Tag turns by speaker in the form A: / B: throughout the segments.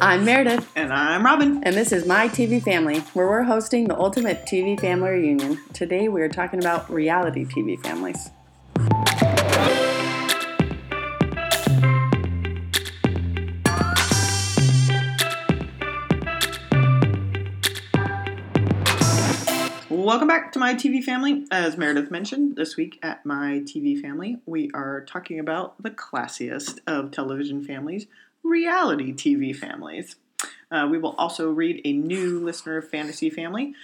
A: I'm Meredith,
B: And I'm Robin.
A: and this is My TV Family, where we're hosting the ultimate TV family reunion. Today, we are talking about reality TV families.
B: Welcome back to My TV Family. As Meredith mentioned, this week at My TV Family, we are talking about the classiest of television families, reality TV families. Uh, we will also read a new listener fantasy family.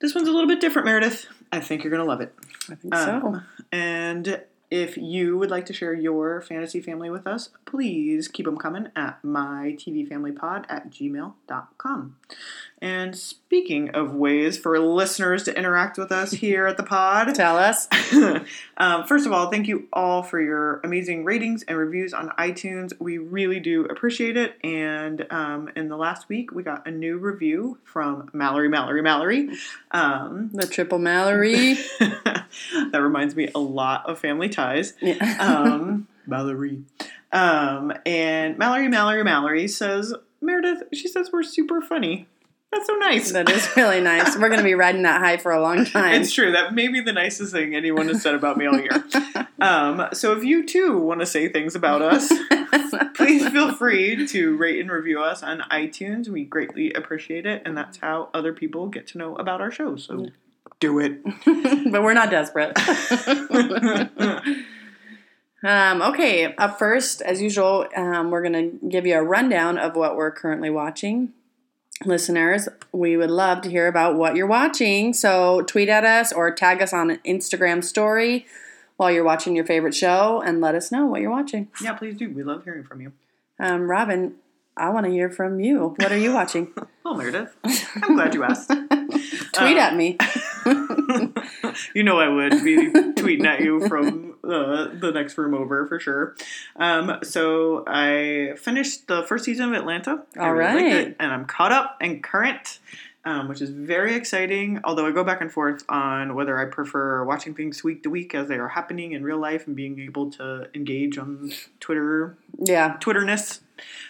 B: This one's a little bit different, Meredith. I think you're going to love it.
A: I think so.
B: Um, And if you would like to share your fantasy family with us, please keep them coming at mytvfamilypod at gmail.com. And speaking of ways for listeners to interact with us here at the pod,
A: Tell us.
B: um, first of all, thank you all for your amazing ratings and reviews on iTunes. We really do appreciate it. And um, in the last week, we got a new review from Mallory, Mallory, Mallory. Um,
A: The Triple Mallory.
B: that reminds me a lot of Family Ties.
A: Yeah.
B: Um, Mallory. Um, and Mallory, Mallory, Mallory says, Meredith, she says we're super funny. That's so nice.
A: that is really nice. We're going to be riding that high for a long time.
B: It's true. That may be the nicest thing anyone has said about me all year. um, so if you too want to say things about us, please feel free to rate and review us on iTunes. We greatly appreciate it, and that's how other people get to know about our show. So do it.
A: but we're not desperate. Um, okay, up first, as usual, um, we're going to give you a rundown of what we're currently watching. Listeners, we would love to hear about what you're watching. So tweet at us or tag us on an Instagram story while you're watching your favorite show and let us know what you're watching.
B: yeah, please do. We love hearing from you.
A: Um, Robin, I want to hear from you. What are you watching?
B: Well, Meredith, I'm glad you asked.
A: tweet
B: Uh.
A: at me.
B: you know I would be tweeting at you from uh, the next room over for sure. Um, so I finished the first season of Atlanta. I
A: All
B: really liked
A: right.
B: it, and I'm caught up and current. Um, which is very exciting, although I go back and forth on whether I prefer watching things week to week as they are happening in real life and being able to engage on Twitter
A: Yeah.
B: Twitterness,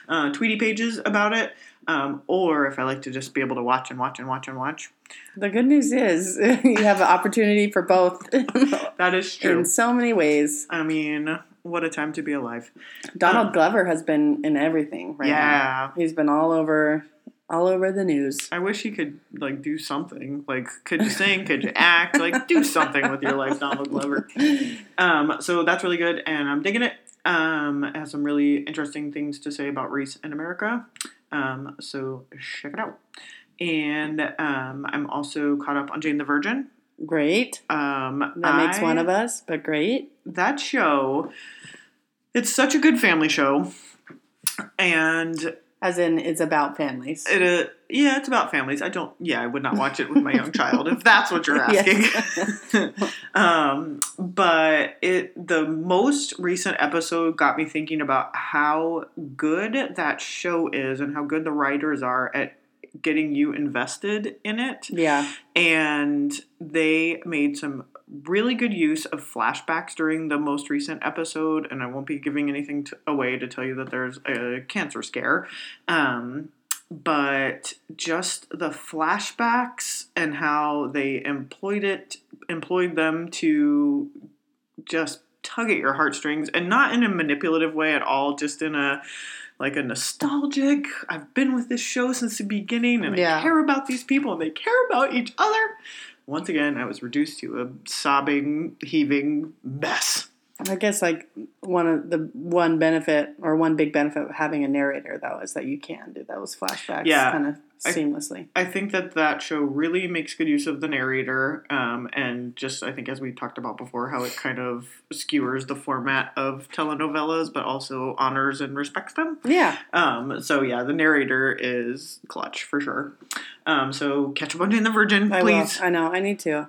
B: uh, Tweety pages about it, um, or if I like to just be able to watch and watch and watch and watch.
A: The good news is you have an opportunity for both
B: That is true.
A: in so many ways.
B: I mean, what a time to be alive.
A: Donald Glover has been in everything right now.
B: Uh. yeah.
A: He's been all over all over the news.
B: I wish he could like do something. Like, could you sing? Could you act? Like, do something with your life, Donald Glover. Um, so that's really good, and I'm digging it. Um, it has some really interesting things to say about race in America. Um, so check it out. And um, I'm also caught up on Jane the Virgin.
A: Great.
B: Um,
A: That makes
B: I-
A: one of us, but great.
B: that show. It's such a good family show, and
A: As in it's about families.
B: it uh, yeah, it's about families. I don't yeah, I would not watch it with my young child if that's what you're asking. um, but it the most recent episode got me thinking about how good that show is and how good the writers are at getting you invested in it
A: yeah.
B: and they made some really good use of flashbacks during the most recent episode and i won't be giving anything t away to tell you that there's a cancer scare um, but just the flashbacks and how they employed it employed them to just tug at your heartstrings and not in a manipulative way at all just in a like a nostalgic i've been with this show since the beginning and
A: Yeah.
B: i care about these people and they care about each other once again i was reduced to a sobbing heaving mess
A: I guess like one of the one benefit or one big benefit of having a narrator though is that you can do those flashbacks
B: Yeah.
A: kind of
B: I-
A: seamlessly.
B: I think that that show really makes good use of the narrator, um, and just I think as we talked about before, how it kind of skewers the format of telenovelas, but also honors and respects them.
A: Yeah.
B: Um, so yeah, the narrator is clutch for sure. Um, so catch up on Jane the Virgin,
A: I
B: please.
A: will. I know. I need to.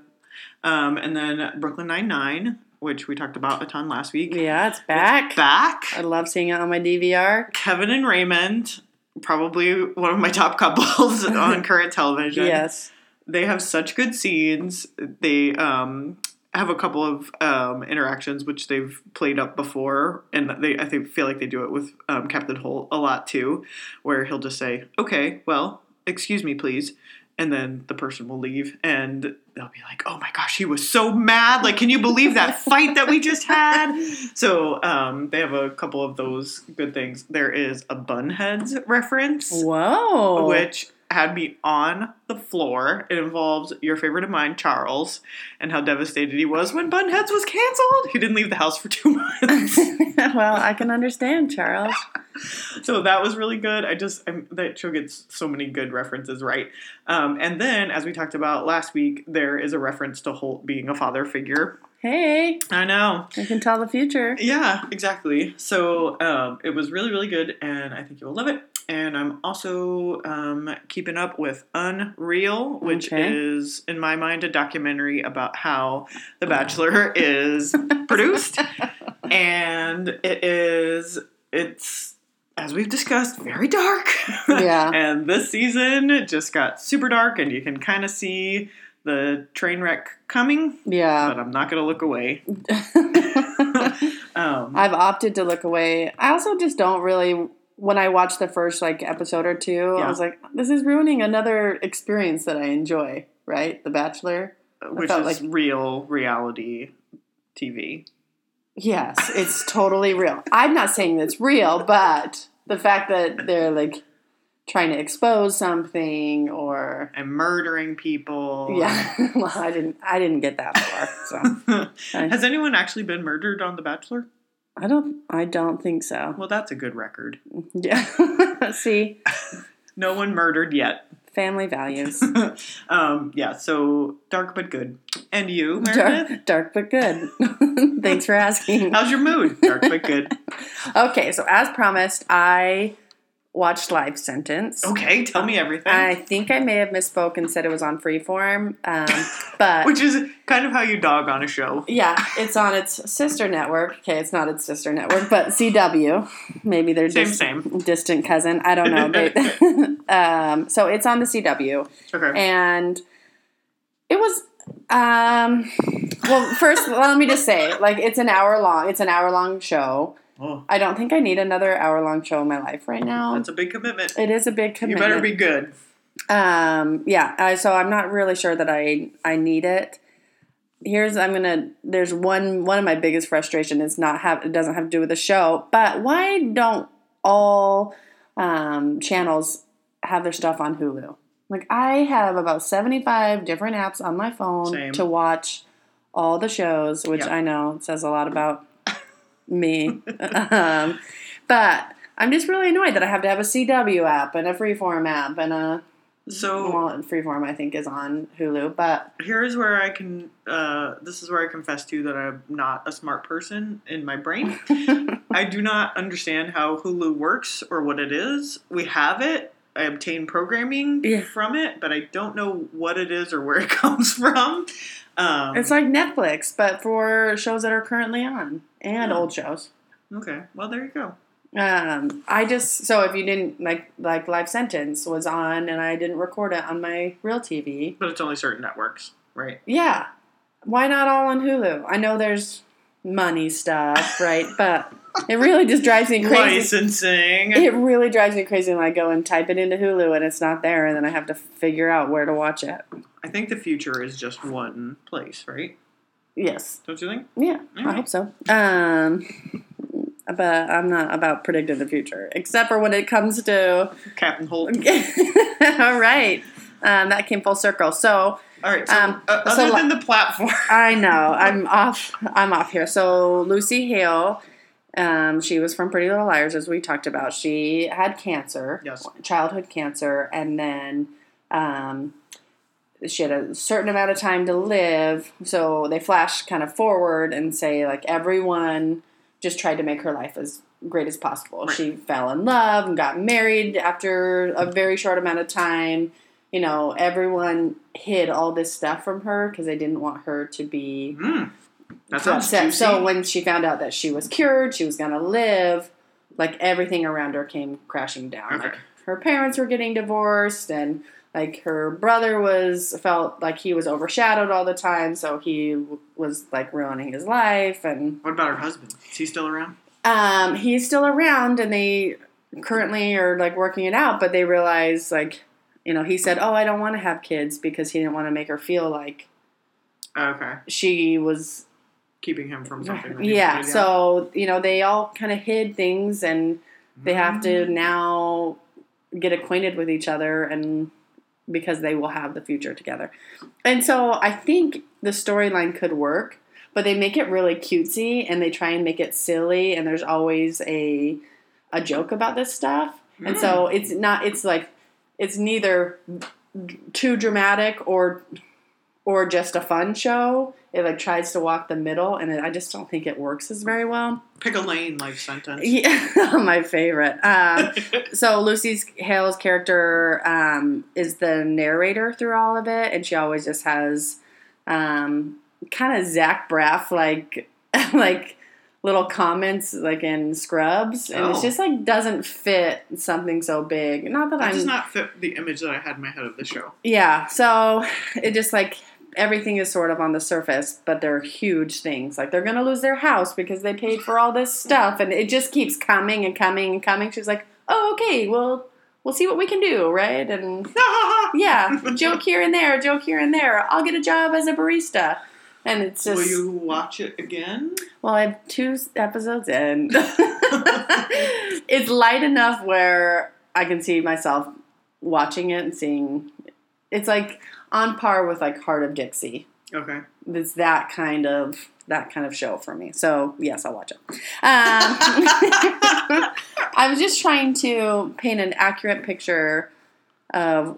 B: Um, and then Brooklyn Nine Nine, which we talked about a ton last week.
A: Yeah, Uh, it's back.
B: Back,
A: I love seeing it on my DVR.
B: Kevin and Raymond, probably one of my top couples on current television.
A: Yes.
B: they have such good scenes. They um have a couple of um, interactions which they've played up before, and they I think feel like they do it with um, Captain Holt a lot too, where he'll just say, "Okay, well, excuse me, please." And then the person will leave, and they'll be like, "Oh my gosh, he was so mad! Like, can you believe that fight that we just had?" So um, they have a couple of those good things. There is a Bunheads reference
A: Whoa.
B: which had me on the floor. It involves your favorite of mine, Charles, and how devastated he was when Bunheads was canceled. He didn't leave the house for two months.
A: well, I can understand, Charles.
B: so that was really good. I just, I'm, that show gets so many good references right. Um, and then, as we talked about last week, there is a reference to Holt being a father figure.
A: Hey,
B: I know.
A: I can tell the future.
B: Yeah, exactly. So um, it was really, really good, and I think you will love it. And I'm also um, keeping up with Unreal, which
A: Okay.
B: is, in my mind, a documentary about how The Bachelor is produced. And it is, it's, as we've discussed, very dark.
A: Yeah.
B: and this season it just got super dark, and you can kind of see the train wreck coming,
A: Yeah.
B: but I'm not going to look away. Um,
A: I've opted to look away. I also just don't really when I watched the first like episode or two, I
B: Yeah.
A: was like, this is ruining another experience that I enjoy, right? The Bachelor.
B: which
A: felt
B: is
A: like-
B: real reality TV.
A: Yes, it's totally real. I'm not saying it's real, but the fact that they're like trying to expose something or
B: And murdering people.
A: yeah, well, I didn't I didn't get that far. So I,
B: Has anyone actually been murdered on The Bachelor?
A: I don't I don't think so.
B: Well, that's a good record.
A: Yeah. See,
B: No one murdered yet.
A: family values.
B: um, yeah, so dark but good. And you, Meredith?
A: Dark, dark but good. Thanks for asking.
B: How's your mood? Dark but good. Oh.
A: Okay, so as promised, I watched Life Sentence.
B: Okay, tell me everything.
A: I think I may have misspoke and said it was on Freeform, um, but
B: Which is kind of how you dog on a show.
A: yeah, it's on its sister network. Okay, it's not its sister network, but CW. Maybe they're
B: Same,
A: dis-
B: same.
A: distant cousin. I don't know. They- um, so it's on the CW,
B: Okay.
A: and it was. Um, well, first, let me just say, like, it's an hour long. It's an hour long show.
B: oh,
A: I don't think I need another hour long show in my life right now.
B: that's a big commitment.
A: it is a big
B: You
A: commitment.
B: better be good.
A: Um, yeah, I, so I'm not really sure that I I need it. Here's I'm gonna. There's one one of my biggest frustration is not have it doesn't have to do with the show, but why don't all um, channels have their stuff on Hulu? Like I have about 75 different apps on my phone
B: Same.
A: to watch all the shows, which
B: Yeah.
A: I know says a lot about me. um, but I'm just really annoyed that I have to have a CW app and a Freeform app and a
B: So
A: well, Freeform I think is on Hulu, but
B: here's where I can. Uh, this is where I confess to that I'm not a smart person in my brain. I do not understand how Hulu works or what it is. We have it. I obtain programming
A: Yeah.
B: from it, but I don't know what it is or where it comes from. Um,
A: it's like Netflix, but for shows that are currently on and
B: Yeah.
A: old shows.
B: okay, well there you go.
A: Um, I just so if you didn't like like Live Sentence was on and I didn't record it on my real TV.
B: But it's only certain networks, right?
A: Yeah, why not all on Hulu? I know there's money stuff, right? But it really just drives me crazy.
B: Licensing.
A: It really drives me crazy when I go and type it into Hulu and it's not there, and then I have to figure out where to watch it.
B: I think the future is just one place, right?
A: Yes.
B: Don't you think?
A: Yeah, I
B: Alright.
A: hope so. Um, but I'm not about predicting the future, except for when it comes to.
B: Captain Holt.
A: All right, um, that came full circle. So
B: All right. So,
A: Um,
B: uh,
A: so
B: other
A: li-
B: than the platform,
A: I know I'm off. I'm off here. So Lucy Hale, um, she was from Pretty Little Liars, as we talked about. She had cancer,
B: Yes.
A: childhood cancer, and then um, she had a certain amount of time to live. So they flash kind of forward and say like everyone just tried to make her life as great as possible.
B: Right.
A: She fell in love and got married after a very short amount of time. You know, everyone hid all this stuff from her because they didn't want her to be
B: Mm. That sounds
A: upset.
B: juicy.
A: So when she found out that she was cured, she was going to live, like everything around her came crashing down.
B: Okay.
A: Like her parents were getting divorced and like her brother was felt like he was overshadowed all the time, so he was like ruining his life and
B: What about her husband? Is he still around?
A: um, he's still around and they currently are like working it out but they realize like you know he said oh i don't want to have kids because he didn't want to make her feel like
B: Okay,
A: she was
B: keeping him from something. that he
A: yeah
B: wanted,
A: so you know they all kind of hid things and they have
B: Mm. Mm-hmm.
A: to now get acquainted with each other and because they will have the future together and so i think the storyline could work but they make it really cutesy and they try and make it silly and there's always a a joke about this stuff and so it's not it's like it's neither too dramatic or or just a fun show it like tries to walk the middle and it, i just don't think it works as very well
B: pick a lane, life sentence.
A: yeah, my favorite. Um, so Lucy's Hale's character um, is the narrator through all of it, and she always just has um, kind of Zach Braff like like little comments like in Scrubs, and it's
B: Oh.
A: just like doesn't fit something so big. Not that
B: That
A: I'm
B: does not fit the image that I had in my head of the show.
A: yeah, so it just like everything is sort of on the surface, but they're huge things. Like they're gonna lose their house because they paid for all this stuff, and it just keeps coming and coming and coming. She's like, "Oh, okay, well, we'll see what we can do, right?" And yeah, joke here and there, joke here and there. I'll get a job as a barista, and it's just
B: Will you watch it again?
A: well, I have two s- episodes in. it's light enough where I can see myself watching it and seeing. It's like on par with like Heart of Dixie.
B: Okay.
A: It's that kind of that kind of show for me. So yes, I'll watch it. Um, I was just trying to paint an accurate picture of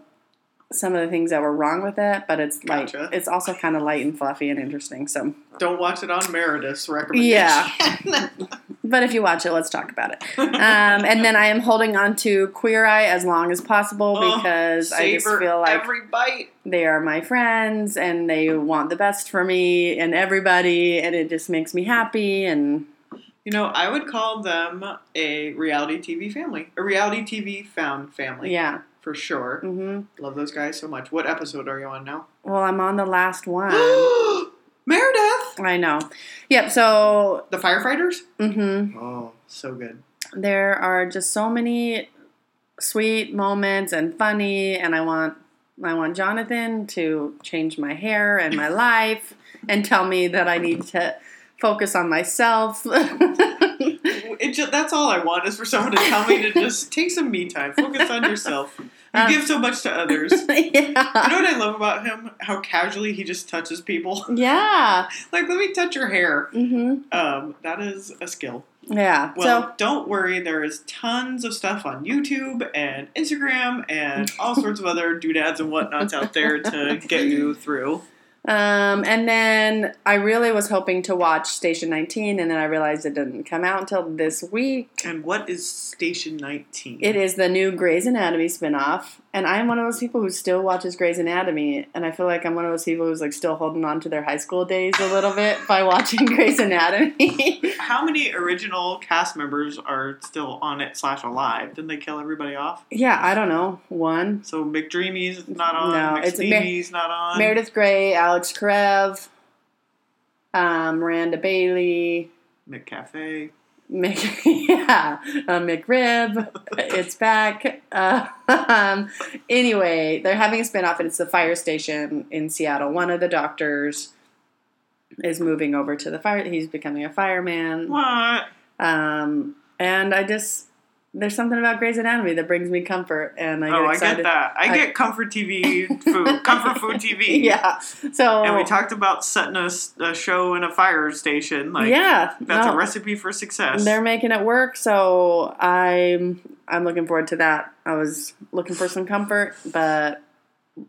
A: some of the things that were wrong with it, but it's light.
B: Gotcha.
A: It's also kind of light and fluffy and interesting. So.
B: Don't watch it on Meredith's recommendation.
A: Yeah. But if you watch it, let's talk about it. Um, and then I am holding on to Queer Eye as long as possible
B: Oh,
A: because I just
B: Savor
A: feel like
B: every bite.
A: they are my friends and they want the best for me and everybody, and it just makes me happy. And
B: You know, I would call them a reality TV family, a reality TV found family.
A: yeah.
B: for sure.
A: hmm
B: Love those guys so much. What episode are you on now?
A: Well, I'm on the last one.
B: Meredith,
A: I know. Yep. So
B: the firefighters.
A: hmm
B: Oh, so good.
A: there are just so many sweet moments and funny, and I want I want Jonathan to change my hair and my life and tell me that I need to focus on myself.
B: It ju- that's all I want is for someone to tell me to just take some me time, focus on yourself. You
A: Um,
B: give so much to others. You know
A: yeah.
B: what I love about him? How casually he just touches people.
A: Yeah.
B: like, let me touch your hair.
A: hmm
B: Um, that is a skill.
A: Yeah.
B: Well, don't worry. There is tons of stuff on YouTube and Instagram and all sorts of other doodads and whatnots out there to get you through.
A: so, um, and then I really was hoping to watch Station 19, and then I realized it didn't come out until this week.
B: And what is Station 19?
A: It is the new Grey's Anatomy spinoff, and I am one of those people who still watches Grey's Anatomy, and I feel like I'm one of those people who's like still holding on to their high school days a little bit by watching Grey's Anatomy.
B: How many original cast members are still on it slash alive? Didn't they kill everybody off?
A: yeah, I don't know. One
B: So McDreamy's not on.
A: No, it's Mer-
B: McSteamy's not on.
A: Meredith Grey, Alex Karev, um, Miranda Bailey,
B: McCafe.
A: Mc yeah, uh, McRib, it's back. Uh, um, anyway, they're having a spinoff, and it's the fire station in Seattle. One of the doctors is moving over to the fire. He's becoming a fireman.
B: What?
A: Um, and I just there's something about Grey's Anatomy that brings me comfort, and I get
B: oh, I
A: excited.
B: get that. I,
A: I-
B: get comfort TV food. comfort food TV.
A: Yeah. So
B: And we talked about setting a, s- a show in a fire station. Like,
A: yeah,
B: That's
A: no.
B: a recipe for success.
A: They're making it work, so I'm I'm looking forward to that. I was looking for some comfort, but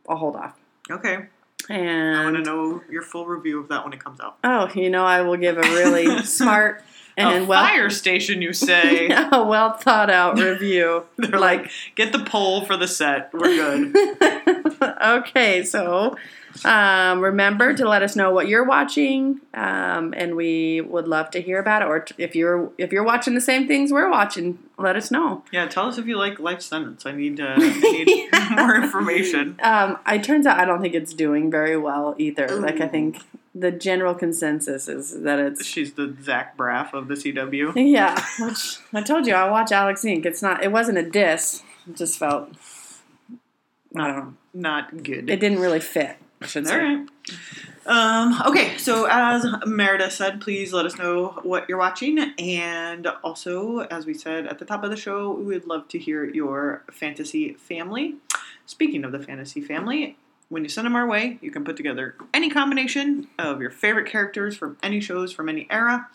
A: I'll hold off.
B: okay. I want to
A: And
B: know your full review of that when it comes out.
A: oh, you know, I will give a really smart and
B: a
A: well
B: fire station, you say?
A: a well thought out review.
B: They're like, get the pole for the set. We're good.
A: okay, so um, remember to let us know what you're watching, um, and we would love to hear about it. Or t- if you're if you're watching the same things we're watching, let us know.
B: yeah, tell us if you like life sentence. I need uh, I need more information.
A: Um, it turns out I don't think it's doing very well either. Like I
B: Ooh.
A: think the general consensus is that it's
B: She's the Zach Braff of the CW.
A: yeah. Which I told you I watch Alex Inc. It's not. It wasn't a diss. It just felt. I don't know.
B: Not good.
A: It didn't really fit. I should
B: All
A: say.
B: right. Um, okay, so as Merida said, please let us know what you're watching. And also, as we said at the top of the show, we would love to hear your fantasy family. Speaking of the fantasy family, when you send them our way, you can put together any combination of your favorite characters from any shows from any era.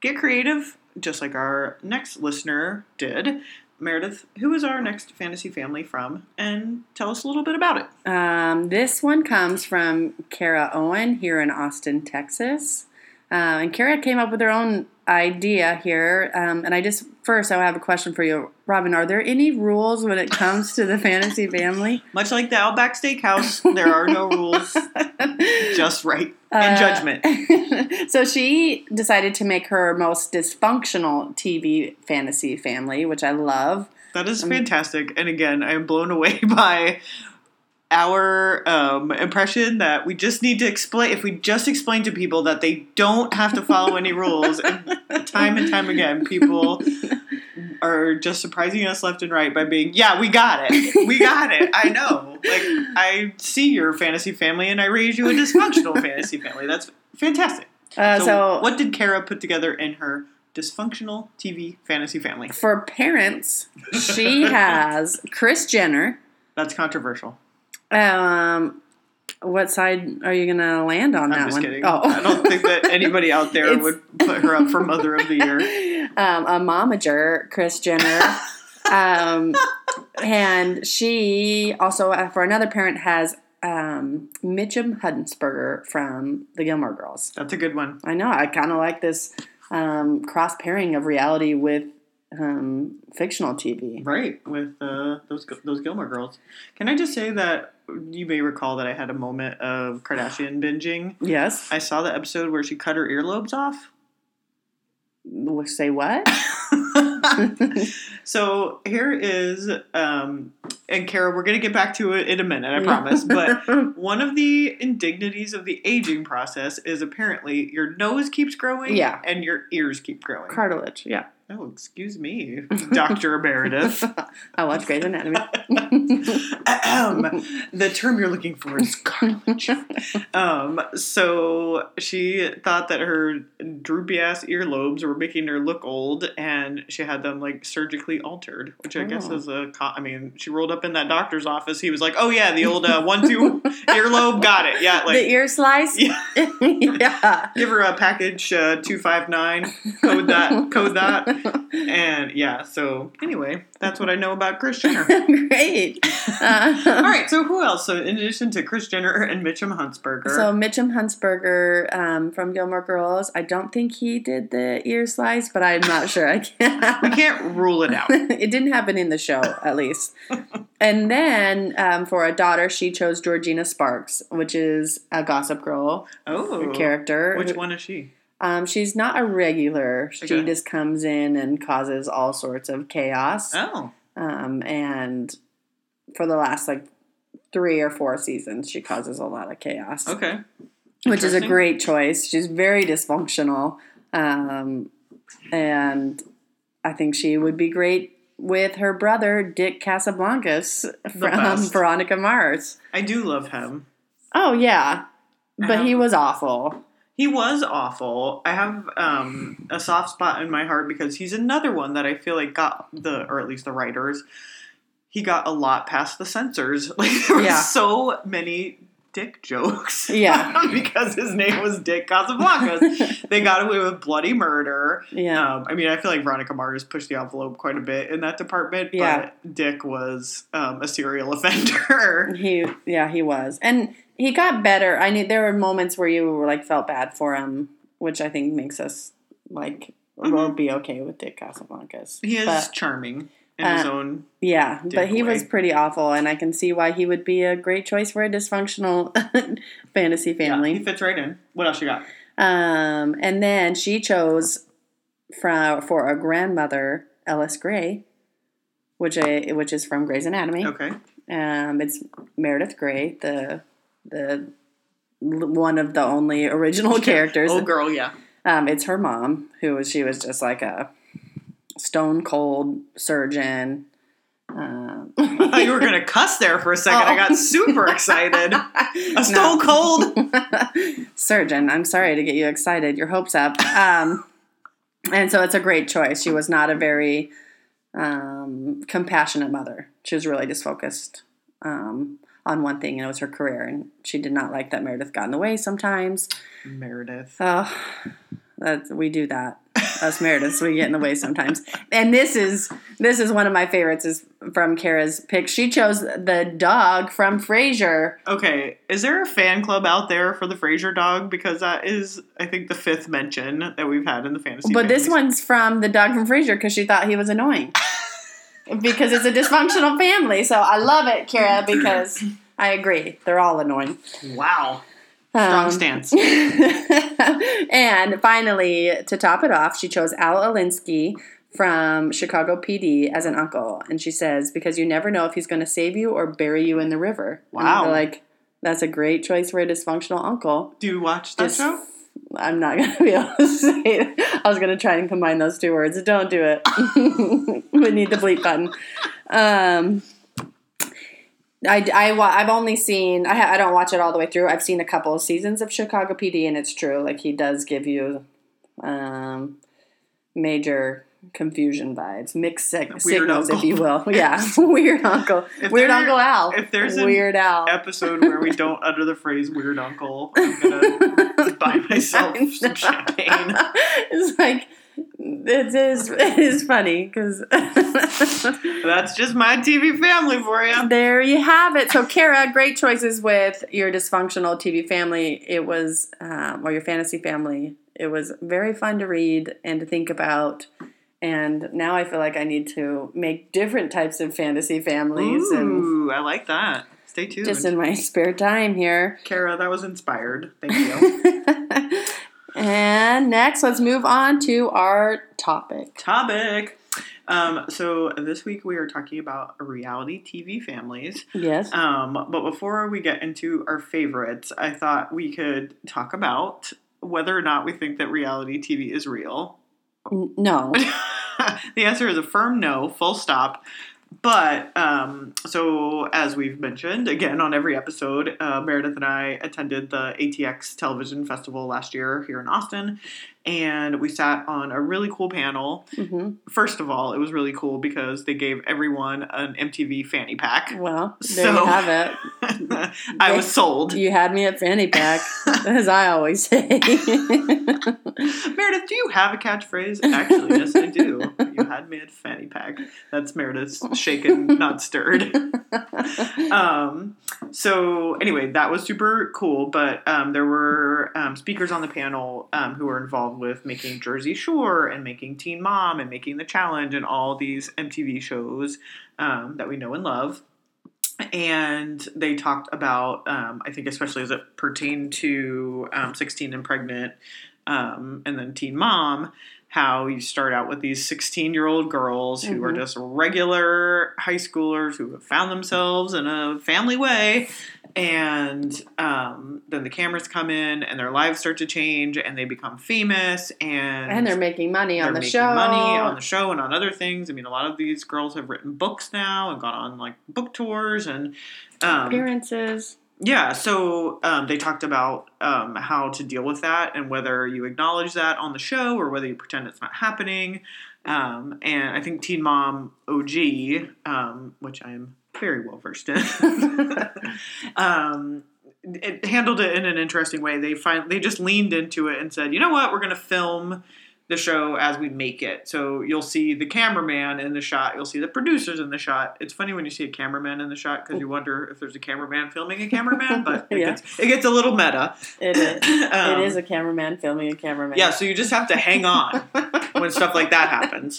B: Get creative, just like our next listener did. Meredith, who is our next fantasy family from? And tell us a little bit about it.
A: Um, this one comes from Kara Owen here in Austin, Texas. Uh, and Kara came up with her own idea here. Um, and I just, first, I have a question for you. Robin, are there any rules when it comes to the fantasy family?
B: Much like the Outback Steakhouse, there are no rules, just right and
A: Uh,
B: judgment.
A: so she decided to make her most dysfunctional TV fantasy family, which I love.
B: That is
A: I mean-
B: fantastic. And again, I am blown away by our um, impression that we just need to explain. If we just explain to people that they don't have to follow any rules, and time and time again, people are just surprising us left and right by being, "Yeah, we got it. We got it. I know. Like, I see your fantasy family, and I raise you a dysfunctional fantasy family. That's fantastic."
A: Uh,
B: So,
A: so,
B: what did Kara put together in her dysfunctional TV fantasy family?
A: for parents, she has Chris Jenner.
B: That's controversial.
A: Um, what side are you gonna land on that
B: I'm just
A: one?
B: kidding.
A: Oh,
B: I don't think that anybody out there
A: It's-
B: would put her up for Mother of the Year.
A: um, a momager, Chris Jenner. um, and she also, uh, for another parent, has um, Mitchum Huddensberger from The Gilmore Girls.
B: That's a good one.
A: I know. I kind of like this um, cross pairing of reality with um, fictional TV.
B: Right with uh, those Gil- those Gilmore Girls. Can I just say that you may recall that I had a moment of Kardashian binging.
A: Yes.
B: I saw the episode where she cut her earlobes off.
A: Say what?
B: so here is, um, and Kara, we're going to get back to it in a minute, I promise. But One of the indignities of the aging process is apparently your nose keeps growing
A: Yeah.
B: and your ears keep growing.
A: cartilage. Yeah.
B: oh, excuse me, Dr. Meredith.
A: I watch Grey's Anatomy.
B: Ahem. the term you're looking for is cartilage. um, so she thought that her droopy ass earlobes were making her look old, and she had them like surgically altered, which I guess
A: Oh.
B: is a. Co- I mean, she rolled up in that doctor's office. He was like, "Oh yeah, the old uh, one two earlobe, got it. Yeah, like
A: the ear slice.
B: Yeah.
A: yeah.
B: give her a package uh, 259 code that code that and yeah so anyway that's what i know about chris jenner
A: Great. Uh,
B: all right so who else so in addition to chris jenner and mitchum huntsberger
A: So Mitchum Huntsberger um, from Gilmore Girls. I don't think he did the ear slice, but I'm not sure. I
B: we
A: can't.
B: can't rule it out
A: it didn't happen in the show, at least. and then um, for a daughter, she chose Georgina Sparks, which is a Gossip Girl
B: oh
A: character.
B: which one is she
A: Um, she's not a regular. She
B: Okay.
A: just comes in and causes all sorts of chaos.
B: oh
A: Um, and for the last like three or four seasons, she causes a lot of chaos,
B: okay
A: which is a
B: Interesting.
A: great choice. She's very dysfunctional, um, and I think she would be great with her brother Dick Casablancas from
B: best.
A: Veronica Mars.
B: i do love him
A: Oh yeah,
B: I
A: but he
B: don't-
A: was awful.
B: he was awful. I have um, a soft spot in my heart because he's another one that I feel like got the, or at least the writers, he got a lot past the censors. Like there were
A: Yeah.
B: so many dick jokes.
A: Yeah.
B: because his name was Dick Casablancas. they got away with bloody murder.
A: Yeah,
B: Um, I mean, I feel like Veronica Mars pushed the envelope quite a bit in that department.
A: Yeah.
B: But Dick was um, a serial offender.
A: Oh. he yeah he was, and he got better. I knew there were moments where you were like felt bad for him, which I think makes us like we'll
B: Mhm.
A: be okay with Dick Casablancas.
B: He is
A: But-
B: charming in his
A: Uh,
B: own
A: Yeah, but he was
B: Dick-way.
A: pretty awful, and I can see why he would be a great choice for a dysfunctional fantasy
B: Yeah, he
A: family.
B: fits right in. What else you got?
A: Um, and then she chose from for a grandmother Ellis Gray, which I, which is from Grey's Anatomy.
B: Okay.
A: Um, it's Meredith Grey, the the l- one of the only original characters.
B: Oh, girl, yeah.
A: Um, it's her mom, who she was just like a stone cold surgeon. Um,
B: I thought you were gonna cuss there for a second. I
A: Oh.
B: got super excited. A stone cold.
A: surgeon. I'm sorry to get you excited. Your hopes up. Um, and so it's a great choice. She was not a very um, compassionate mother. She was really just focused um, on one thing, and it was her career. And she did not like that Meredith got in the way sometimes.
B: Meredith.
A: Oh, that we do that. Us Merediths, we get in the way sometimes. And this is this is one of my favorites is from Kara's pick. She chose the dog from Frasier.
B: Okay, is there a fan club out there for the Fraser dog? Because that is, I think, the fifth mention that we've had in the fantasy.
A: But this
B: families.
A: one's from the dog from Frasier because she thought he was annoying. because it's a dysfunctional family. So I love it, Kara, because I agree. They're all annoying.
B: Wow. Strong
A: Um,
B: stance.
A: and finally, to top it off, she chose Al Alinsky from Chicago PD as an uncle. And she says, because you never know if he's going to save you or bury you in the river. And I
B: Wow.
A: feel like, that's a great choice for a dysfunctional uncle.
B: Do you watch that
A: Just-
B: show?
A: I'm not going to be able to say it. I was going to try and combine those two words. Don't do it. we need the bleep button. Um, I, I, wa- I've only seen, I, ha- I don't watch it all the way through. I've seen a couple of seasons of Chicago PD, and it's true. Like, he does give you um, major confusion vibes, mixed sig-
B: Weird
A: signals, if
B: uncle.
A: you will. Yeah, weird uncle.
B: If
A: weird
B: there-
A: Uncle Al.
B: if there's an
A: Weird Al.
B: Episode where we don't utter the phrase "weird uncle." I'm gonna buy myself
A: I know.
B: some champagne.
A: it's like it is it is funny because
B: That's just my TV family for you.
A: there you have it. So Kara, great choices with your dysfunctional TV family. It was um, or your fantasy family. It was very fun to read and to think about. And now I feel like I need to make different types of fantasy families and
B: Ooh, I like that. Stay tuned.
A: just in my spare time here.
B: Kara, that was inspired. Thank you.
A: and next, let's move on to our topic.
B: Topic. Um, so this week we are talking about reality TV families.
A: Yes.
B: Um, but before we get into our favorites, I thought we could talk about whether or not we think that reality TV is real.
A: N- no.
B: the answer is a firm no, full stop. But um, so, as we've mentioned again on every episode, uh, Meredith and I attended the ATX Television Festival last year here in Austin, and we sat on a really cool panel.
A: hmm
B: First of all, it was really cool because they gave everyone an MTV fanny pack.
A: Well, there you
B: So-
A: have it.
B: I was sold.
A: You had me at fanny pack, as I always say.
B: Meredith, do you have a catchphrase? Actually, yes, I do. You had me at fanny pack. That's Meredith's shaken, not stirred. Um, so, anyway, that was super cool, but um, there were um, speakers on the panel um, who were involved with making Jersey Shore and making Teen Mom and making The Challenge and all these MTV shows um, that we know and love. And they talked about, um, I think, especially as it pertained to um, 16 and pregnant um, and then Teen Mom, how you start out with these 16 year old girls who are
A: Mhm.
B: just regular high schoolers who have found themselves in a family way. And um, then the cameras come in and their lives start to change and they become famous and,
A: and they're making money on the
B: they're making
A: show.
B: money on the show and on other things. I mean, a lot of these girls have written books now and gone on like book tours and um,
A: appearances.
B: yeah, so um, they talked about um, how to deal with that and whether you acknowledge that on the show or whether you pretend it's not happening. Um, and I think Teen Mom OG, um, which I am very well versed in, um, it handled it in an interesting way. They find they just leaned into it and said, you know what, we're going to film the show as we make it. So you'll see the cameraman in the shot, you'll see the producers in the shot. It's funny when you see a cameraman in the shot because you wonder if there's a cameraman filming a cameraman, but it,
A: Yeah.
B: gets, it gets a little meta.
A: It is.
B: Um,
A: it is a cameraman filming a cameraman.
B: yeah, so you just have to hang on when stuff like that happens.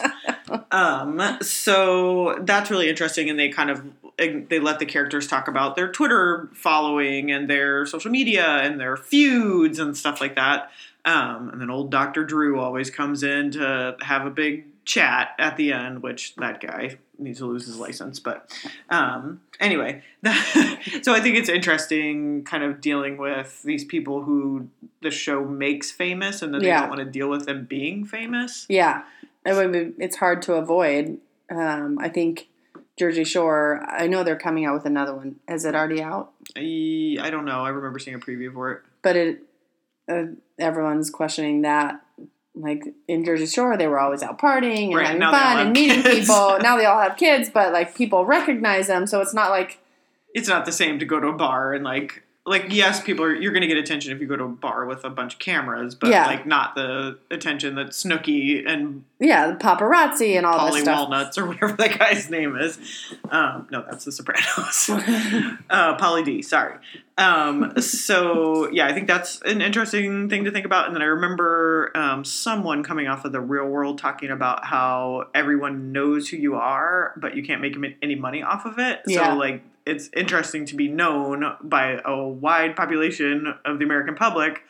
B: um, so that's really interesting, and they kind of they let the characters talk about their Twitter following and their social media and their feuds and stuff like that. Um, and then old Doctor Drew always comes in to have a big chat at the end, which that guy needs to lose his license. But um, anyway, so I think it's interesting, kind of dealing with these people who the show makes famous, and then they
A: Yeah.
B: don't want to deal with them being famous.
A: Yeah, it would be, it's hard to avoid. Um, I think Jersey Shore. I know they're coming out with another one. Is it already out?
B: I, I don't know. I remember seeing a preview for it.
A: But it, uh, everyone's questioning that. Like in Jersey Shore, they were always out partying and
B: Right,
A: having
B: now they all
A: fun
B: have
A: and meeting
B: kids.
A: people. Now they all have kids, but like people recognize them, so it's not like
B: It's not the same to go to a bar and like like yes, people are you're gonna get attention if you go to a bar with a bunch of cameras, but
A: Yeah.
B: like not the attention that Snooky and
A: yeah, the paparazzi and all
B: Polly
A: this stuff.
B: Walnuts or whatever that guy's name is. Um, no, that's The Sopranos. uh, Polly D. Sorry. Um, so yeah, I think that's an interesting thing to think about. And then I remember um, someone coming off of the Real World talking about how everyone knows who you are, but you can't make any money off of it.
A: Yeah.
B: So like. It's interesting to be known by a wide population of the American public,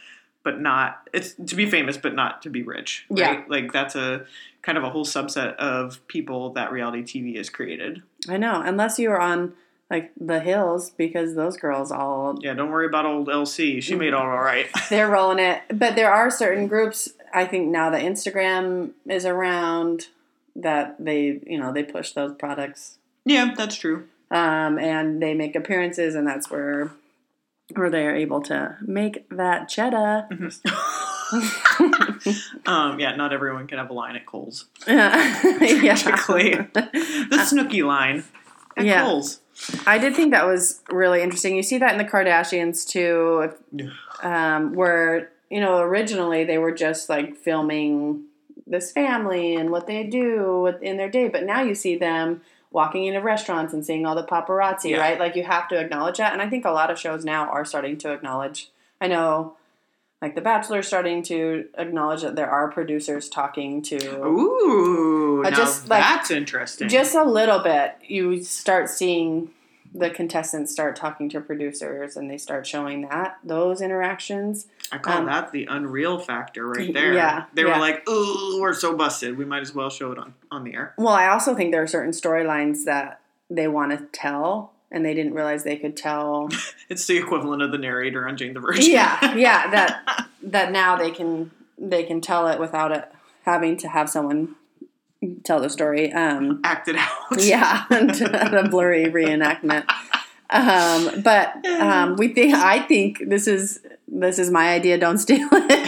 B: but not it's to be famous, but not to be rich. Right?
A: Yeah.
B: like that's a kind of a whole subset of people that reality TV is created.
A: I know, unless you were on like the hills, because those girls all
B: Yeah, don't worry about old LC. She made it all right.
A: they're rolling it. But there are certain groups. I think now that Instagram is around, that they you know they push those products
B: yeah, that's true.
A: um, and they make appearances, and that's where where they are able to make that cheddar.
B: um, yeah, not everyone can have a line at Kohl's.
A: yeah, Uh,
B: Typically, the Snooky line at
A: Yeah.
B: Kohl's.
A: I did think that was really interesting. You see that in the Kardashians too,
B: Yeah.
A: um, where you know originally they were just like filming this family and what they do with- in their day, but now you see them walking into restaurants and seeing all the paparazzi,
B: Yeah.
A: right? Like you have to acknowledge that, and I think a lot of shows now are starting to acknowledge. I know. Like The Bachelor starting to acknowledge that there are producers talking to
B: Ooh,
A: I
B: now
A: just, like,
B: that's interesting.
A: just a little bit you start seeing the contestants start talking to producers and they start showing that those interactions
B: I call
A: um,
B: that the unreal factor right
A: Y-
B: there.
A: yeah,
B: they
A: yeah.
B: were like, "Ooh, we're so busted. We might as well show it on on the air."
A: well i also think there are certain storylines that they want to tell and they didn't realize they could tell
B: It's the equivalent of the narrator on Jane the Virgin.
A: yeah yeah that that now they can they can tell it without it having to have someone tell the story um
B: acted out.
A: yeah and the blurry reenactment um but um we think i think this is this is my idea don't steal it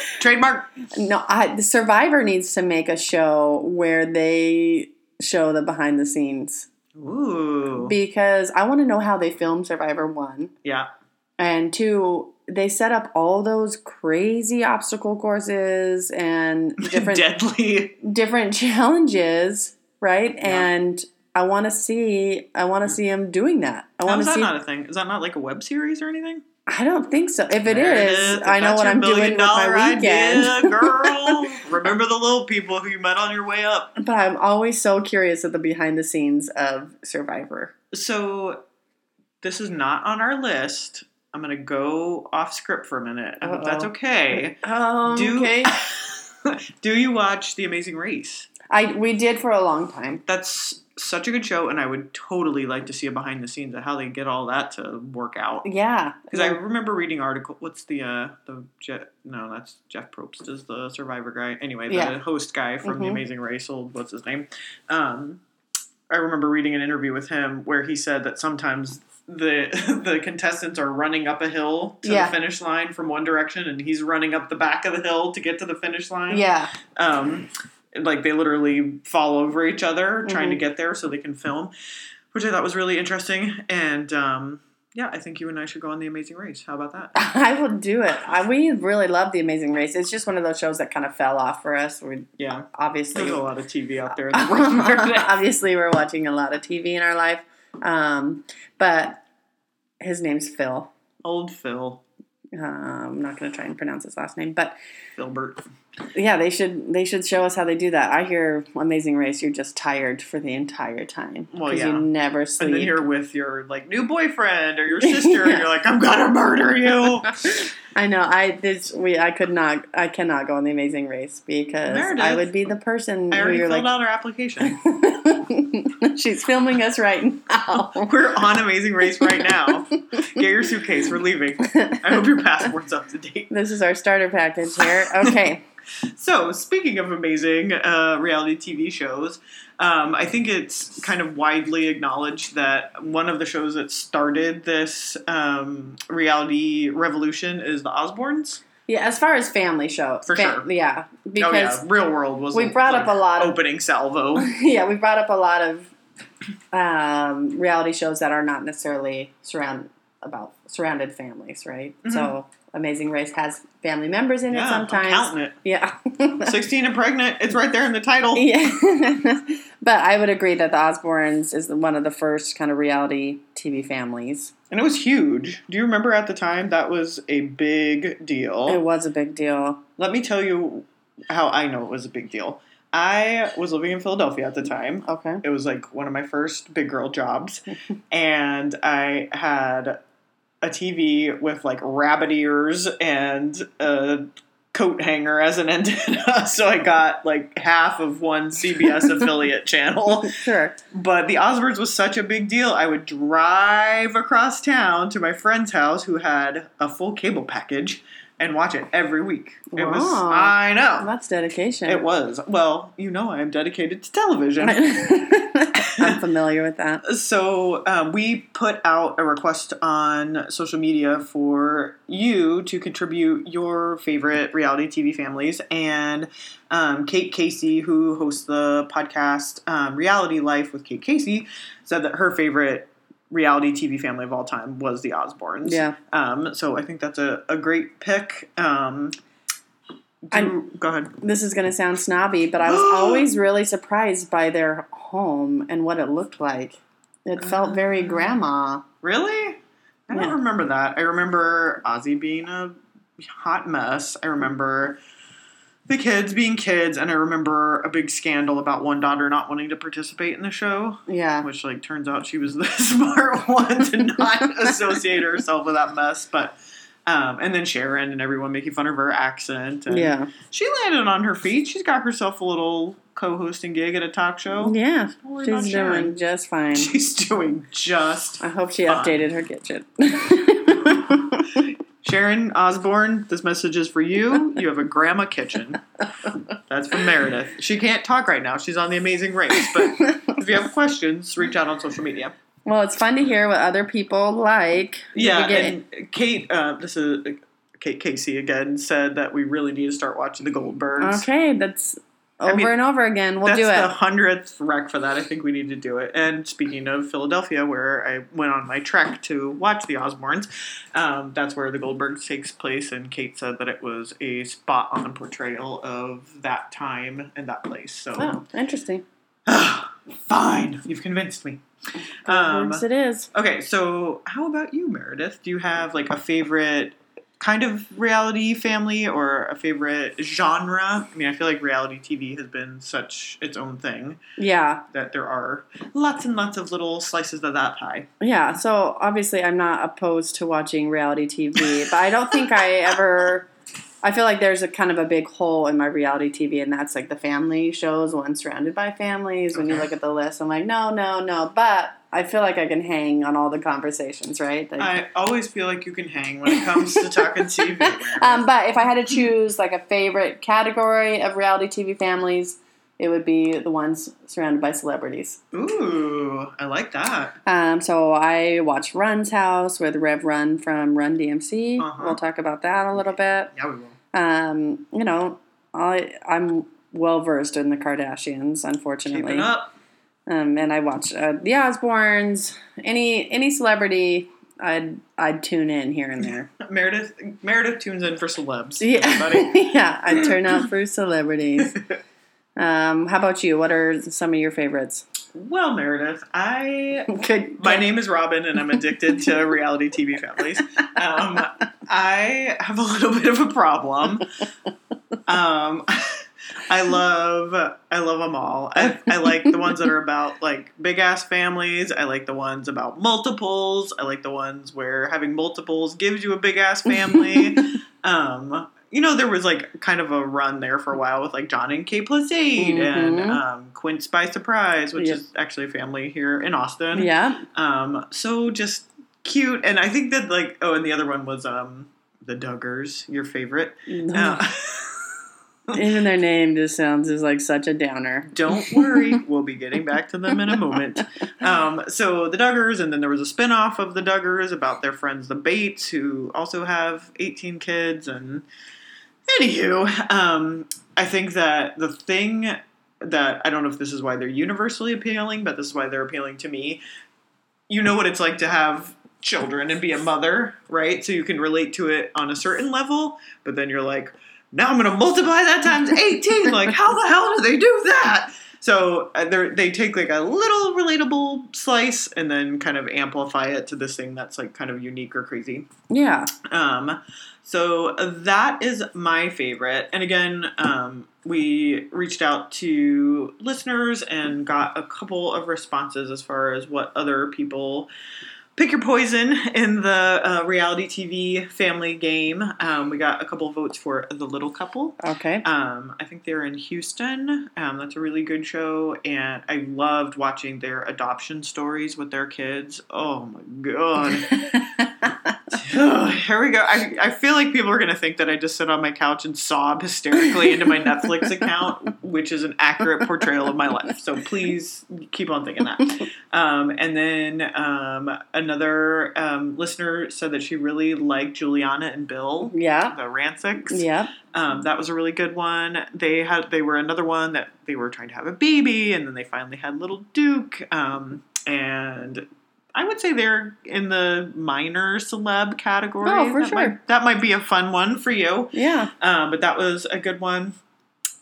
B: Trademark.
A: No, I, the Survivor needs to make a show where they show the behind the scenes
B: Ooh.
A: because I want to know how they filmed Survivor one
B: yeah.
A: and two. They set up all those crazy obstacle courses and different
B: Deadly.
A: different challenges, right?
B: Yeah.
A: And I want to see I want to see him doing that. I
B: How
A: want
B: is
A: to
B: that
A: see.
B: not a thing? Is that not like a web series or anything?
A: I don't think so. If it
B: There it
A: is,
B: If
A: I know
B: that's
A: what
B: your
A: I'm doing with
B: million-dollar
A: my weekend.
B: idea, girl. Remember the little people who you met on your way up.
A: But I'm always so curious at the behind the scenes of Survivor.
B: So, this is not on our list. I'm gonna go off script for a minute. I hope that's
A: Uh-oh.
B: okay.
A: Um,
B: Do-
A: okay.
B: Do you watch The Amazing Race?
A: I we did for a long time.
B: That's such a good show, and I would totally like to see a behind the scenes of how they get all that to work out.
A: Yeah.
B: Because I remember reading article. What's the uh the Je- no? That's Jeff Probst is the Survivor guy. Anyway, the
A: Yeah.
B: host guy from The
A: Mhm.
B: Amazing Race. Old what's his name? Um, I remember reading an interview with him where he said that sometimes the the contestants are running up a hill to
A: Yeah.
B: the finish line from one direction, and he's running up the back of the hill to get to the finish line.
A: Yeah.
B: Um, like they literally fall over each other trying to
A: Mhm.
B: get there so they can film, which I thought was really interesting. And um, yeah, I think you and I should go on The Amazing Race. How about that?
A: I will do it. I, we really love The Amazing Race. It's just one of those shows that kind of fell off for us. We
B: Yeah,
A: obviously
B: there's a lot of TV out there. That we're
A: obviously we're watching a lot of TV in our life. Um, but his name's Phil.
B: Old Phil.
A: um, I'm not going to try and pronounce his last name, but
B: Filbert.
A: yeah, they should they should show us how they do that. I hear Amazing Race, you're just tired for the entire time
B: Well,
A: because
B: yeah.
A: you never
B: And then
A: sleep.
B: you're with your like new boyfriend or your sister, and
A: Yeah.
B: you're like, I'm gonna murder you.
A: I know. I this we I could not. I cannot go on the Amazing Race because I
B: Meredith,
A: would be the person
B: I
A: who
B: already
A: you're
B: filled
A: like.
B: out our application.
A: She's filming us right now.
B: We're on Amazing Race right now. Get your suitcase. We're leaving. I hope your passport's up to date.
A: This is our starter package here. Okay.
B: So, speaking of amazing uh, reality TV shows, um, I think it's kind of widely acknowledged that one of the shows that started this um, reality revolution is The Osbournes.
A: Yeah, as far as family show,
B: For sure.
A: Yeah,
B: oh
A: because
B: yeah, Real World was.
A: we brought up a lot of-
B: opening salvo.
A: yeah, we brought up a lot of um, reality shows that are not necessarily surround about surrounded families, right?
B: Mhm.
A: So Amazing Race has family members in it
B: yeah, I'm
A: sometimes.
B: counting it.
A: Yeah.
B: Sixteen and pregnant. It's right there in the title.
A: yeah. but I would agree that the Osbournes is one of the first kind of reality TV families.
B: And it was huge. Do you remember at the time that was a big deal?
A: It was a big deal.
B: Let me tell you how I know it was a big deal. I was living in Philadelphia at the time.
A: Okay.
B: It was like one of my first big girl jobs. and I had a TV with like rabbit ears and a coat hanger as an antenna. so I got like half of one CBS affiliate channel.
A: Sure.
B: But the Osbournes was such a big deal. I would drive across town to my friend's house who had a full cable package and watch it every week. It was
A: Wow.
B: I know.
A: That's dedication.
B: It was. Well, you know I am dedicated to television.
A: I'm familiar with that.
B: so um, we put out a request on social media for you to contribute your favorite reality TV families, and um, Kate Casey, who hosts the podcast um, Reality Life with Kate Casey, said that her favorite reality TV family of all time was the Osbournes.
A: Yeah.
B: Um, so I think that's a, a great pick. Um, do-
A: I'm-
B: go ahead.
A: this is going to sound snobby, but I was always really surprised by their home and what it looked like. It felt very
B: Uh-huh.
A: grandma.
B: Really? I don't
A: Yeah.
B: remember that. I remember Ozzy being a hot mess. I remember the kids being kids, and I remember a big scandal about one daughter not wanting to participate in the show,
A: Yeah.
B: which like turns out she was the smart one to not associate herself with that mess. But um, and then Sharon and everyone making fun of her accent. And
A: Yeah.
B: she landed on her feet. She's got herself a little co-hosting gig at a talk show.
A: Yeah.
B: Don't worry about
A: She's
B: Sharon.
A: doing just fine.
B: She's doing just
A: I hope she
B: Fine.
A: updated her kitchen.
B: Sharon Osborne, this message is for you. You have a grandma kitchen. That's from Meredith. She can't talk right now. She's on the amazing race. But if you have questions, reach out on social media.
A: well, it's fun to hear what other people like.
B: Yeah,
A: We get-
B: and Kate, uh, this is Kate Casey again, said that we really need to start watching the Goldbergs.
A: okay, that's over
B: mean,
A: and over again. We'll
B: That's
A: do
B: the
A: it.
B: hundredth rec for that. I think we need to do it. And speaking of Philadelphia, where I went on my trek to watch the Osbournes, um, that's where the Goldbergs takes place. And Kate said that it was a spot on portrayal of that time and that place. So
A: Oh, interesting.
B: fine, you've convinced me. Um,
A: Works it is.
B: okay, so how about you, Meredith? Do you have like a favorite? Kind of reality family or a favorite genre. I mean, I feel like reality TV has been such its own thing
A: Yeah.
B: that there are lots and lots of little slices of that pie.
A: Yeah, so obviously I'm not opposed to watching reality TV, but I don't think I ever. I feel like there's a kind of a big hole in my reality TV, and that's like the family shows, one surrounded by families. When you
B: Okay.
A: look at the list, I'm like, no, no, no. But I feel like I can hang on all the conversations, right? Like,
B: I always feel like you can hang when it comes to talking TV.
A: um, but if I had to choose like a favorite category of reality TV families, it would be the ones surrounded by celebrities.
B: Ooh, I like that.
A: Um, so I watched Run's House with Rev Run from Run DMC.
B: Uh-huh.
A: We'll talk about that a little bit.
B: Yeah, we will.
A: Um, you know, I I'm well versed in the Kardashians,
B: Keep
A: unfortunately.
B: it up.
A: Um, and I watch uh, the Osbournes, any any celebrity. I'd I'd tune in here and there.
B: Meredith Meredith tunes in for celebs.
A: Yeah,
B: everybody.
A: yeah. I'd turn out for celebrities. Um, how about you? What are some of your favorites?
B: Well, Meredith, I
A: Good.
B: my name is Robin, and I'm addicted to reality TV families. Um, I have a little bit of a problem. Um, I love I love them all. I, I like the ones that are about like big ass families. I like the ones about multiples. I like the ones where having multiples gives you a big ass family. um, you know, there was like kind of a run there for a while with like John and Kay Placide
A: Mhm.
B: and um, Quince by Surprise, which
A: Yep.
B: is actually a family here in Austin.
A: yeah.
B: Um, so just cute, and I think that like oh, and the other one was um the Duggars, your favorite.
A: Mm-hmm.
B: Uh,
A: Even their name just sounds is like such a downer.
B: Don't worry, we'll be getting back to them in a moment. Um, so the Duggars, and then there was a spin-off of the Duggars about their friends the Bates, who also have 18 kids. And anywho, um, I think that the thing that I don't know if this is why they're universally appealing, but this is why they're appealing to me. You know what it's like to have children and be a mother, right? So you can relate to it on a certain level, but then you're like, now I'm going to multiply that times 18. like, how the hell do they do that? So uh, they're- they take like a little relatable slice and then kind of amplify it to this thing that's like kind of unique or crazy.
A: Yeah.
B: Um, so that is my favorite. And again, um, we reached out to listeners and got a couple of responses as far as what other people pick your poison in the uh, reality TV family game. Um, we got a couple votes for The Little Couple.
A: Okay.
B: Um, I think they're in Houston. Um, that's a really good show, and I loved watching their adoption stories with their kids. Oh my god! Ugh, here we go. I, I feel like people are going to think that I just sit on my couch and sob hysterically into my Netflix account, which is an accurate portrayal of my life. So please keep on thinking that. Um, and then um, another um, listener said that she really liked Juliana and Bill, the
A: yeah.
B: Rancics.
A: Yeah.
B: Um, that was a really good one. They had they were another one that they were trying to have a baby, and then they finally had little Duke. Um, and I would say they're in the minor celeb category.
A: Oh, for
B: that
A: sure.
B: Might, that might be a fun one for you.
A: Yeah.
B: Um, but that was a good one.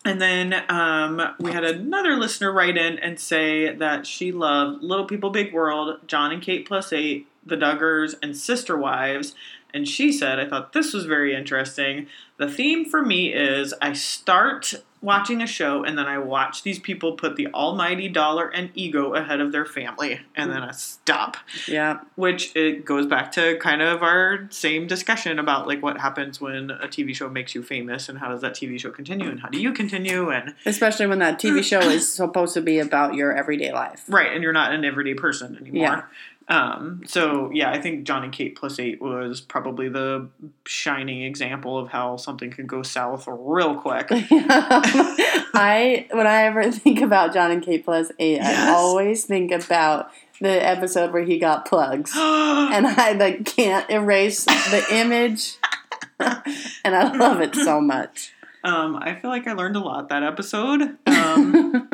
B: And then um, we had another listener write in and say that she loved Little People Big World, John and Kate Plus Eight, The Duggars, and Sister Wives. And she said, I thought this was very interesting. The theme for me is I start watching a show and then I watch these people put the almighty dollar and ego ahead of their family. And then I stop
A: Yeah.
B: which it goes back to kind of our same discussion about like what happens when a TV show makes you famous and how does that TV show continue and how do you continue and
A: Especially when that TV show is supposed to be about your everyday life.
B: right and you're not an everyday person anymore. Um, so yeah, I think John and Kate plus eight was probably the shining example of how something could go south real quick.
A: I when I ever think about John and Kate plus eight, I
B: Yes.
A: always think about the episode where he got plugs. and
B: and
A: I like can't erase the image. and I love it so much.
B: um, I feel like I learned a lot that episode. Um,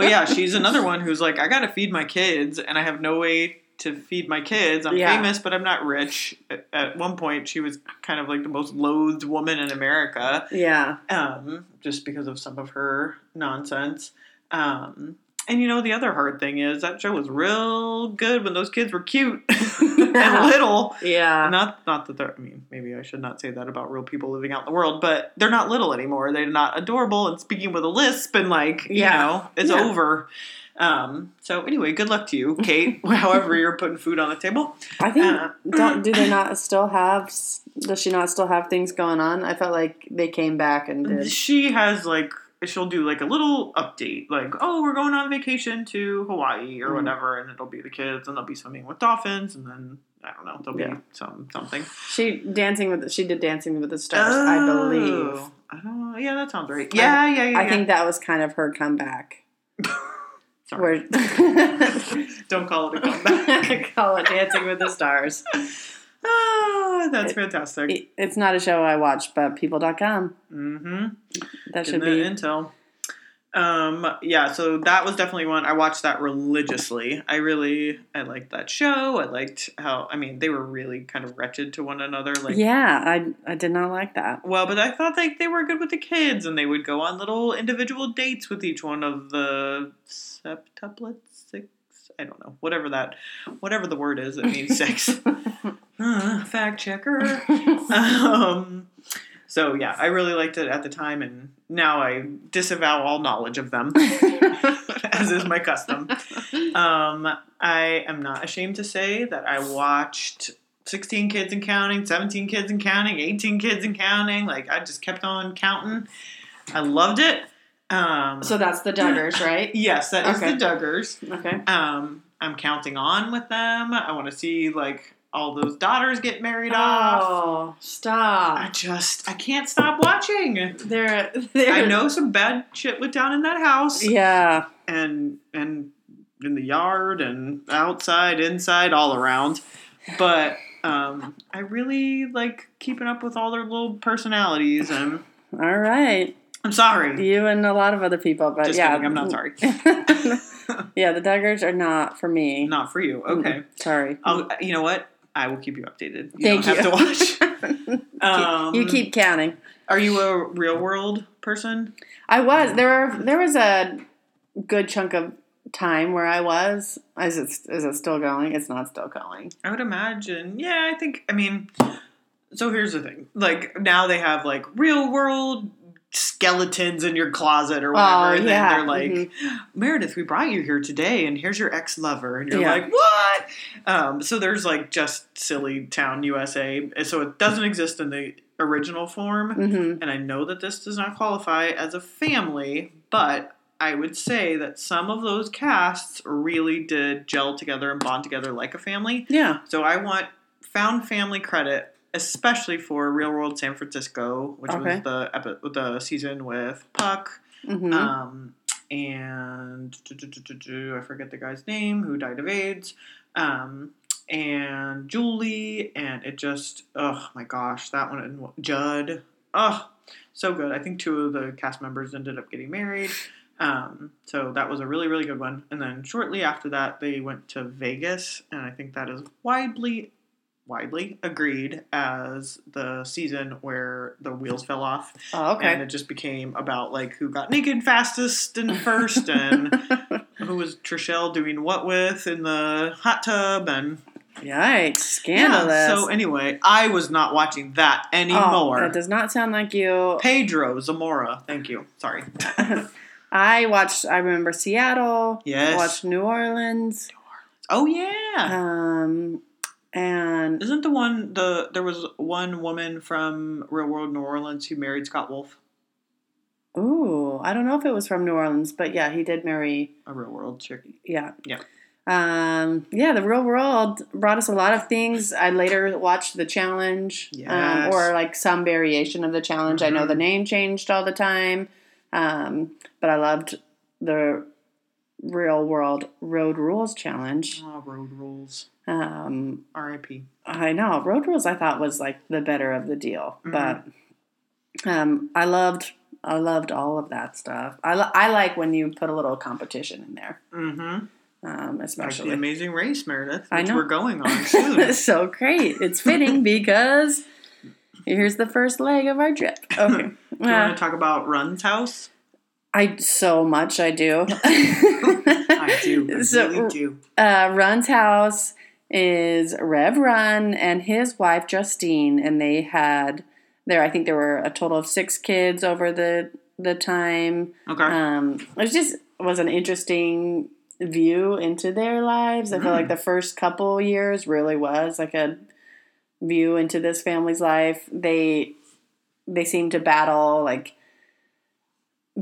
B: But yeah, she's another one who's like, I gotta feed my kids, and I have no way to feed my kids. I'm
A: Yeah.
B: famous, but I'm not rich. At- At one point, she was kind of like the most loathed woman in America,
A: yeah.
B: um, just because of some of her nonsense. Um, and you know, the other hard thing is that show was real good when those kids were cute
A: Yeah.
B: and little.
A: Yeah.
B: Not, not that they're. I mean, maybe I should not say that about real people living out in the world, but they're not little anymore. They're not adorable and speaking with a lisp and like,
A: Yeah.
B: you know, it's
A: Yeah.
B: over. Um. So anyway, good luck to you, Kate. however, you're putting food on the table.
A: I think
B: Uh,
A: don't do they not still have s- does she not still have things going on? I felt like they came back and did.
B: Um, She has like. She'll do like a little update, like, oh, we're going on vacation to Hawaii or
A: Mhm.
B: whatever, and it'll be the kids, and they'll be swimming with dolphins, and then I don't know, there'll be
A: Yeah.
B: some something.
A: She dancing with she did dancing with the stars, I believe.
B: Oh, I don't know. Yeah, that sounds right. Yeah, yeah, yeah.
A: I
B: yeah.
A: think that was kind of her comeback.
B: Sorry.
A: Where
B: Don't call it a comeback.
A: call it Dancing with the Stars.
B: ah, that's
A: It-
B: fantastic.
A: It- it's not a show I watch, but people.com.
B: Mm-hmm.
A: That
B: Getting
A: should
B: that
A: be
B: intel. Um, yeah, so that was definitely one I watched that religiously. I really I liked that show. I liked how I mean they were really kind of wretched to one another. Like
A: yeah, I I did not like that.
B: well, but I thought like they were good with the kids and they would go on little individual dates with each one of the septuplets, six I don't know, whatever that whatever the word is that means six. Uh, fact checker um, so yeah, I really liked it at the time, and now I disavow all knowledge of them, as is my custom. Um, I am not ashamed to say that I watched 16 kids and counting, 17 kids and counting, 18 kids and counting. Like I just kept on counting. I loved it. Um,
A: so that's the Duggars, right?
B: yes, that is
A: Okay.
B: the Duggars.
A: Okay.
B: Um, I'm counting on with them. I want to see like all those daughters get married off.
A: Oh,
B: I
A: stop.
B: just I can't stop watching.
A: They're, they're
B: I know some bad shit went down in that house
A: Yeah.
B: and and in the yard and outside, inside, all around. But um, I really like keeping up with all their little personalities and
A: All right.
B: I'm sorry.
A: You and a lot of other people, but
B: Just
A: yeah.
B: kidding, I'm not sorry.
A: yeah, the Duggars are not for me.
B: Not for you. Okay.
A: Mm,
B: Oh,
A: Sorry.
B: I'll, you know what? I will keep you updated. You
A: Thank
B: don't
A: you.
B: have to watch. Um,
A: you keep counting.
B: Are you a real world person?
A: I
B: mm.
A: was there. Were, there was a good chunk of time where I was. Is it is it still going? It's not still going.
B: I would imagine. Yeah, I think. I mean, so here's the thing. Like now they have like real world skeletons in your closet or whatever,
A: Oh,
B: and
A: yeah,
B: then they're like,
A: mhm.
B: Meredith, we brought you here today, and here's your ex lover, and you're
A: Yeah.
B: like, what? Um, so there's like just silly town USA. So it doesn't exist in the original form.
A: hmm
B: and I know that this does not qualify as a family, but I would say that some of those casts really did gel together and bond together like a family.
A: Yeah.
B: So I want found family credit, especially for Real World San Francisco, which
A: Okay.
B: was the epi- the season with Puck.
A: hmm
B: Um, and I forget the guy's name who died of AIDS. Um, and Julie, and it just, oh my gosh, that one, and Judd, oh, so good. I think two of the cast members ended up getting married. Um, so that was a really, really good one. And then shortly after that, they went to Vegas, and I think that is widely, widely agreed as the season where the wheels fell off
A: oh,
B: and
A: okay.
B: it just became about like who got naked fastest and first and who was Trishelle doing what with in the hot tub and
A: Yikes! Scandalous.
B: Yeah, so anyway, I was not watching that anymore.
A: Oh, that does not sound like you.
B: Pedro Zamora, thank you. Sorry.
A: I watched. I remember Seattle.
B: Yes.
A: Watched New Orleans.
B: Oh yeah.
A: Um, and
B: Isn't the one the there was one woman from Real World New Orleans who married Scott Wolf?
A: ooh, I don't know if it was from New Orleans, but yeah, he did marry.
B: A real world chick.
A: Yeah.
B: Yeah.
A: Um, yeah, the real world brought us a lot of things. I later watched The Challenge, um,
B: Yes.
A: or like some variation of The Challenge. I know
B: Mhm.
A: the name changed all the time, um, but I loved the real world Road Rules Challenge.
B: Oh, road rules.
A: Um,
B: R.I.P.
A: I know Road Rules I thought was like the better of the deal,
B: Mhm.
A: but um, I loved I loved all of that stuff. I, li- I like when you put a little competition in there,
B: Mm-hmm.
A: um,
B: Like the
A: especially.
B: amazing race, Meredith, which
A: I know.
B: we're going on soon.
A: so great. It's fitting because here's the first leg of our trip. Okay.
B: Do you want
A: Uh,
B: to talk about Run's house?
A: I so much I do.
B: I do. I
A: So,
B: really do.
A: uh, Run's house is Rev Run and his wife Justine, and they had there. I think there were a total of six kids over the the time.
B: Okay.
A: Um, it was just was an interesting view into their lives. I feel like the first couple years really was like a view into this family's life. They they seem to battle like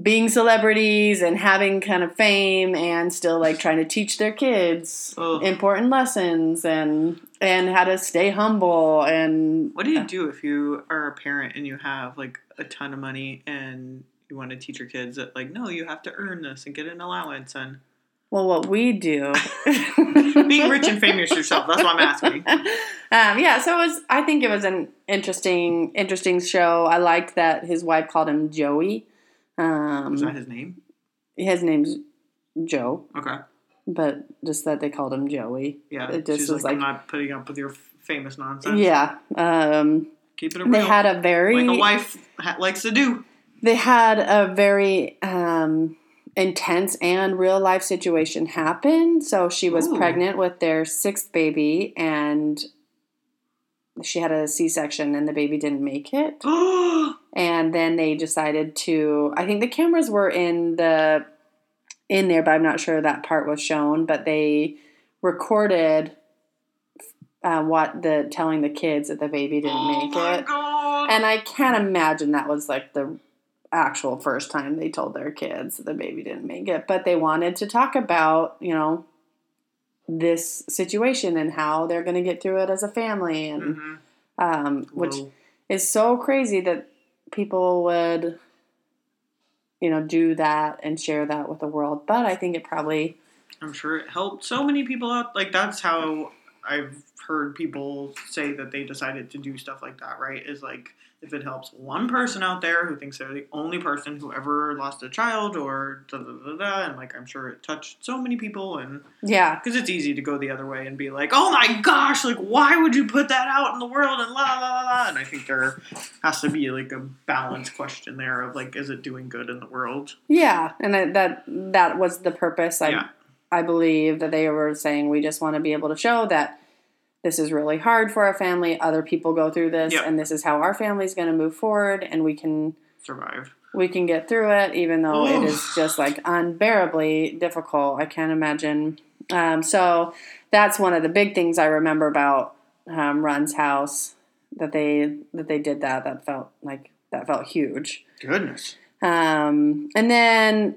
A: being celebrities and having kind of fame and still like trying to teach their kids
B: Ugh.
A: important lessons and and how to stay humble and
B: what do you do if you are a parent and you have like a ton of money and you want to teach your kids that like no, you have to earn this and get an allowance and
A: well what we do
B: being rich and famous yourself. That's what I'm asking.
A: um, yeah, so it was. I think it was an interesting, interesting show. I liked that his wife called him Joey. Um,
B: Was that his name?
A: his name's Joe,
B: Okay.
A: but just that they called him Joey.
B: Yeah.
A: It just
B: She's
A: was
B: like, I'm
A: like,
B: not putting up with your f- famous nonsense.
A: yeah. Um,
B: Keep it real.
A: they had a very
B: like a wife ha- likes to do.
A: they had a very um, intense and real life situation happen. So she was
B: Ooh.
A: pregnant with their sixth baby, and she had a C section, and the baby didn't make it. And then they decided to. I think the cameras were in the in there, but I'm not sure that part was shown. But they recorded. Uh, what the telling the kids that the baby didn't
B: oh
A: make
B: my
A: it
B: God.
A: and I can't imagine that was like the actual first time they told their kids that the baby didn't make it, but they wanted to talk about, you know, this situation and how they're going to get through it as a family and
B: hmm
A: um which is so crazy that people would you know do that and share that with the world, but I think it probably
B: I'm sure it helped so many people out. Like that's how I've heard people say that they decided to do stuff like that. Right? Is like if it helps one person out there who thinks they're the only person who ever lost a child or da da da da, and like I'm sure it touched so many people. And
A: yeah,
B: because it's easy to go the other way and be like, oh my gosh, like why would you put that out in the world and la la la la. And I think there has to be like a balanced question there of like, is it doing good in the world?
A: yeah, and I, that that was the purpose I
B: yeah.
A: I believe that they were saying we just want to be able to show that this is really hard for our family. Other people go through this,
B: Yep.
A: and this is how our family's going to move forward, and we can
B: Survive.
A: we can get through it, even though it
B: Oof.
A: is just like unbearably difficult. I can't imagine. Um, so that's one of the big things I remember about um, Run's house that they that they did that. That felt like that felt huge.
B: Goodness.
A: Um, and then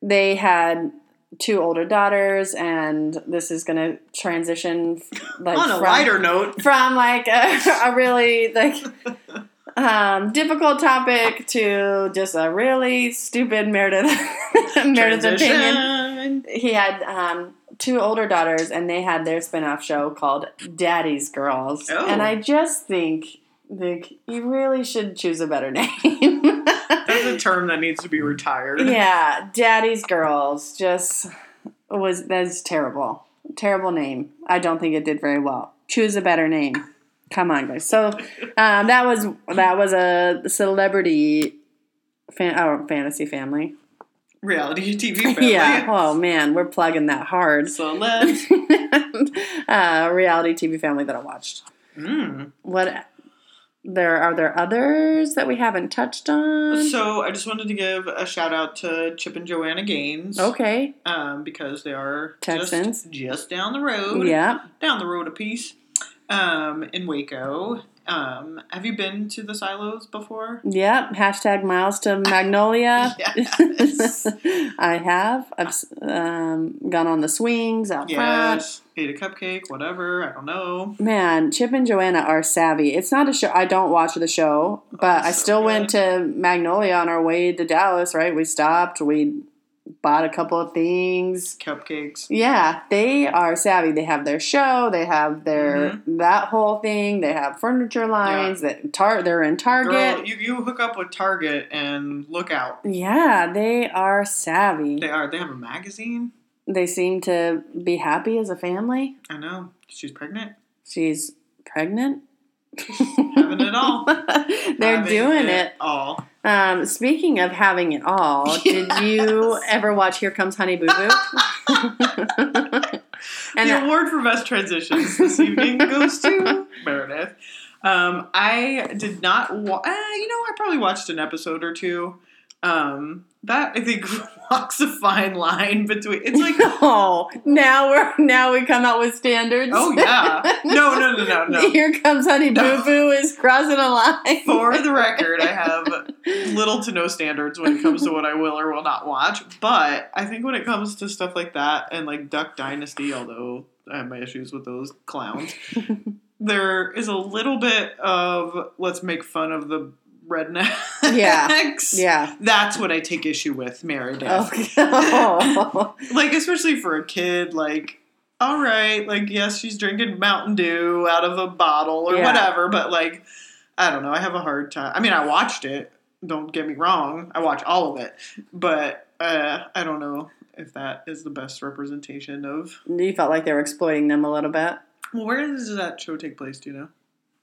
A: they had two older daughters, and this is going to transition f- like
B: On a
A: from,
B: lighter note,
A: from like a, a really like um, difficult topic to just a really stupid Meredith Meredith's opinion.
B: Transition.
A: He had um, two older daughters, and they had their spin-off show called Daddy's Girls,
B: Oh.
A: and I just think. Like, you really should choose a better name.
B: That's a term that needs to be retired.
A: yeah, Daddy's Girls just was that's terrible. Terrible name. I don't think it did very well. Choose a better name. Come on, guys. So um, that was that was a celebrity fan, oh, fantasy family.
B: Reality TV family.
A: Yeah. Oh man, we're plugging that hard.
B: Celebs.
A: uh, reality TV family that I watched.
B: Mm.
A: What there are there others that we haven't touched on?
B: So I just wanted to give a shout out to Chip and Joanna Gaines.
A: okay.
B: Um, because they are
A: Texans.
B: Just, just down the road.
A: Yeah.
B: Down the road a piece. Um, in Waco. Um, have you been to the silos before?
A: Yep. Hashtag miles to Magnolia.
B: Yes.
A: I have. I've s- um, gone on the swings out front.
B: yes. Ate a cupcake, whatever. I don't know.
A: Man, Chip and Joanna are savvy. It's not a show. I don't watch the show, but
B: Oh,
A: I
B: so
A: still went
B: good.
A: to Magnolia on our way to Dallas. Right? We stopped. We bought a couple of things.
B: Cupcakes.
A: Yeah, they are savvy. They have their show. They have their
B: Mm-hmm.
A: that whole thing. They have furniture lines. That tar- they're in Target.
B: Girl, you, you hook up with Target and look out.
A: Yeah, they are savvy.
B: They are. They have a magazine.
A: They seem to be happy as a family.
B: I know. She's pregnant.
A: She's pregnant.
B: Having it all.
A: They're
B: Having
A: doing it.
B: all.
A: Um, speaking of having it all, did you
B: Yes.
A: ever watch Here Comes Honey Boo Boo? and
B: the award for best transitions this evening goes to Meredith. Um, I did not. Wa- uh, you know, I probably watched an episode or two. Um, that I think walks a fine line between. It's like
A: oh, now we're now we come out with standards.
B: Oh yeah. No, no, no, no, no.
A: Here comes Honey
B: No.
A: Boo Boo is crossing a line.
B: For the record, I have little to no standards when it comes to what I will or will not watch. But I think when it comes to stuff like that and like Duck Dynasty, although I have my issues with those clowns, there is a little bit of let's make fun of the rednecks.
A: Yeah. yeah.
B: That's what I take issue with, Meredith.
A: Oh.
B: Like, especially for a kid, like, all right, like, yes, she's drinking Mountain Dew out of a bottle or
A: Yeah.
B: whatever, but like, I don't know. I have a hard time. I mean, I watched it. Don't get me wrong, I watch all of it, but uh, I don't know if that is the best representation of.
A: You felt like they were exploiting them a little bit.
B: Well, where does that show take place? Do you know?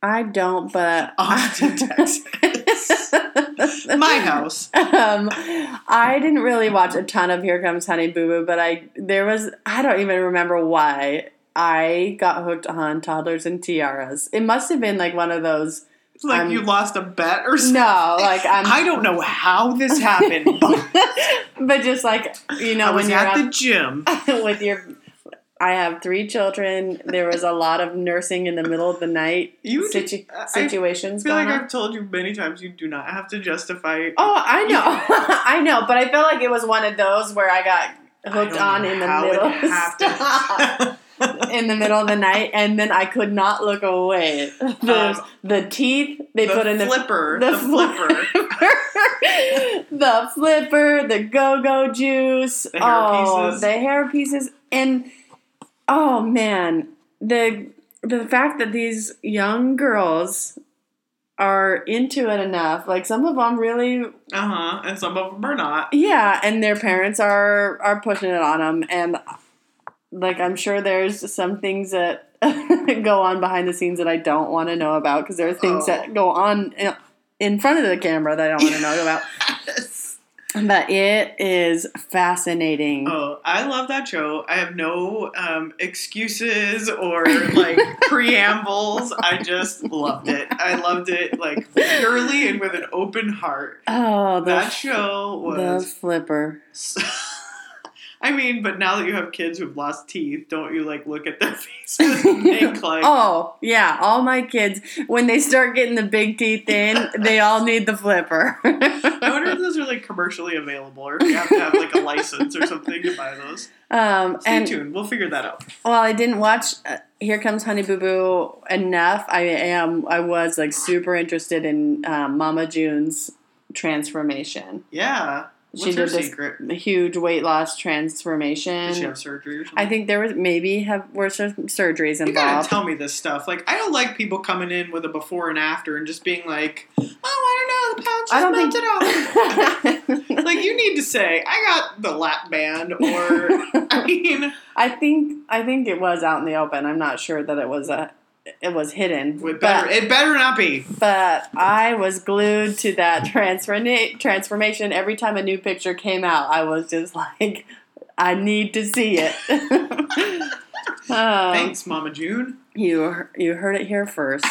A: I don't, but
B: Austin, Texas. My house.
A: Um, I didn't really watch a ton of Here Comes Honey Boo Boo, but I there was I don't even remember why I got hooked on toddlers and tiaras. It must have been like one of those.
B: It's like
A: I'm-
B: you lost a bet or something.
A: No, like I'm,
B: I don't know how this happened, but
A: but just like you know
B: I was
A: when you're
B: at
A: on
B: the gym.
A: with your I have three children. There was a lot of nursing in the middle of the night
B: You did-
A: situ-
B: I- I I
A: situations
B: feel
A: going
B: like
A: on.
B: I've told you many times you do not have to justify.
A: oh, I know. I know, but I feel like it was one of those where I got hooked on in the middle. Stop.
B: middle.
A: in the middle of the night and then I could not look away. There's
B: Um,
A: the teeth they
B: the
A: put in the
B: flipper.
A: the
B: The, flipper.
A: the flipper, the go-go juice,
B: The hair
A: oh,
B: pieces.
A: the hair pieces, and oh man, the the fact that these young girls are into it enough, like some of them really,
B: uh huh. And some of them are not.
A: yeah, and their parents are are pushing it on them, and like I'm sure there's some things that go on behind the scenes that I don't want to know about because there are things
B: Oh.
A: that go on in- in front of the camera that I don't want to know about. But it is fascinating.
B: Oh, I love that show. I have no um, excuses or like preambles. I just loved it. I loved it like purely and with an open heart.
A: Oh, the,
B: That show
A: the
B: was.
A: flipper.
B: I mean, but now that you have kids who've lost teeth, don't you like look at their faces and think like,
A: Oh, yeah. All my kids, when they start getting the big teeth in, they all need the flipper.
B: I wonder if those are like commercially available or if you have to have like a license or something to buy those.
A: um,
B: Stay
A: and
B: tuned. We'll figure that out.
A: while I didn't watch uh, Here Comes Honey Boo Boo enough, I am I was like super interested in um, Mama June's transformation.
B: Yeah. What's
A: She
B: her
A: did this-
B: secret?
A: The huge weight loss transformation.
B: Did she have surgery or something?
A: I think there was maybe have were some surgeries
B: You gotta
A: involved.
B: tell me this stuff. Like, I don't like people coming in with a before and after and just being like, "Oh, I don't know, the pouch just
A: I don't think-
B: melted off." like, you need to say, "I got the lap band," or I mean,
A: I think I think it was out in the open. I'm not sure that it was a it was hidden.
B: it better
A: But,
B: it better not be.
A: but I was glued to that transforma- transformation every time a new picture came out. I was just like, I need to see it. Um,
B: Thanks, Mama June.
A: You you heard it here first.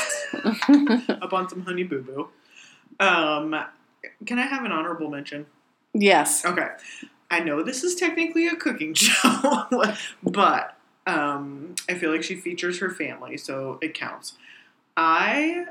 B: Up on some honey boo boo. Um, can I have an honorable mention?
A: yes.
B: Okay. I know this is technically a cooking show, but um, I feel like she features her family, so it counts. I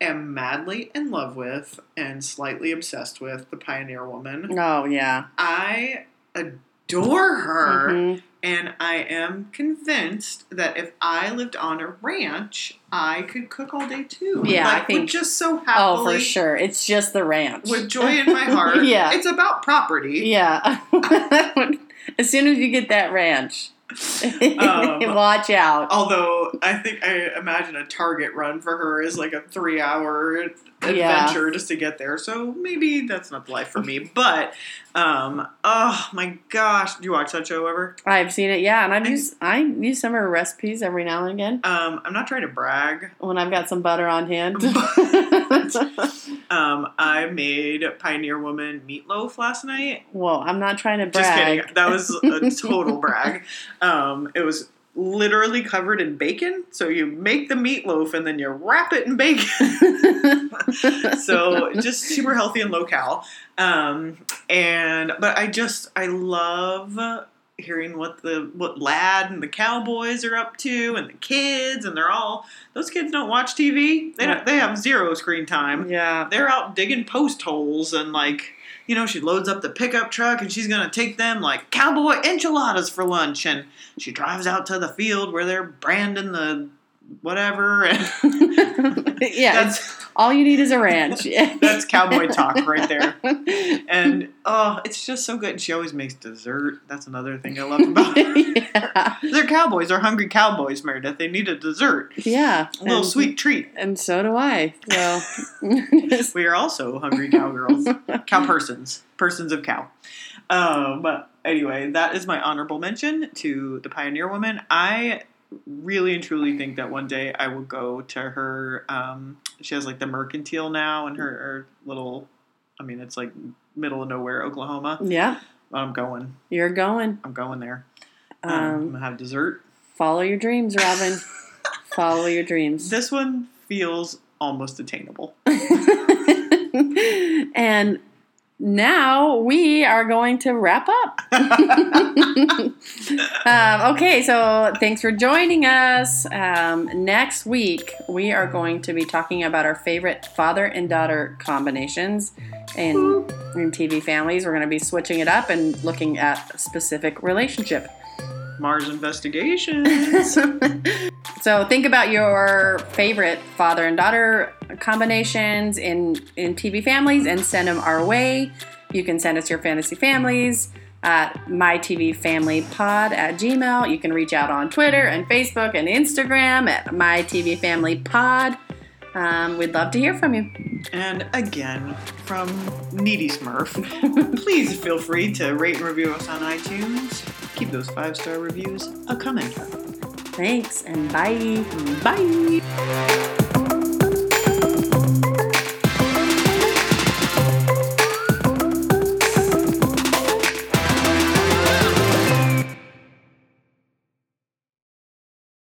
B: am madly in love with and slightly obsessed with the Pioneer Woman.
A: Oh yeah.
B: I adore her,
A: Mhm.
B: and I am convinced that if I lived on a ranch, I could cook all day too.
A: Yeah, I
B: like, would
A: think-
B: just so happily.
A: Oh, for sure. It's just the ranch.
B: With joy in my heart.
A: Yeah.
B: It's about property.
A: Yeah. as soon as you get that ranch,
B: Oh.
A: watch out.
B: Although I think I imagine a Target run for her is like a three-hour
A: Yeah.
B: adventure just to get there. So maybe that's not the life for me. But um, oh my gosh, do you watch that show ever?
A: I've seen it, yeah, and I've
B: I-
A: used I use some of her recipes every now and again
B: Um, I'm not trying to brag.
A: when I've got some butter on hand.
B: Um, I made Pioneer Woman meatloaf last night.
A: Whoa, I'm not trying to brag.
B: Just kidding. That was a total brag. Um, it was literally covered in bacon. So you make the meatloaf and then you wrap it in bacon. so just super healthy and low cal. Um, and but I just I love hearing what the what lad and the cowboys are up to and the kids and they're all those kids don't watch TV. They don't, they have zero screen time.
A: yeah.
B: They're out digging post holes and like you know she loads up the pickup truck and she's gonna take them like cowboy enchiladas for lunch and she drives out to the field where they're branding the whatever. And
A: yeah, it's,
B: that's
A: all you need is a ranch. Yeah.
B: that's cowboy talk right there. And oh, it's just so good. And she always makes dessert. That's another thing I love about her.
A: yeah.
B: They're cowboys. They're hungry cowboys, Meredith. They need a dessert,
A: Yeah.
B: a little
A: and,
B: sweet treat.
A: And so do I. So
B: We are also hungry cowgirls, cow persons, persons of cow. Um, but anyway, that is my honorable mention to the pioneer woman. I really and truly think that one day I will go to her. Um, she has like the mercantile now, and her, her little. I mean, it's like middle of nowhere, Oklahoma.
A: yeah,
B: But I'm going.
A: you're going.
B: I'm going there. Um, I'm
A: Um,
B: gonna have dessert.
A: follow your dreams, Robin. follow your dreams.
B: This one feels almost attainable.
A: and now we are going to wrap up. um, okay, so thanks for joining us. Um, next week, we are going to be talking about our favorite father and daughter combinations in, in TV families. We're going to be switching it up and looking at a specific relationship.
B: Mars investigations.
A: So think about your favorite father and daughter combinations in in TV families and send them our way. You can send us your fantasy families at mytvfamilypod at gmail. You can reach out on Twitter and Facebook and Instagram at mytvfamilypod. Um, we'd love to hear from you.
B: And again, from Needy Smurf, please feel free to rate and review us on iTunes. Keep those five star reviews a coming.
A: Thanks and bye.
B: Bye!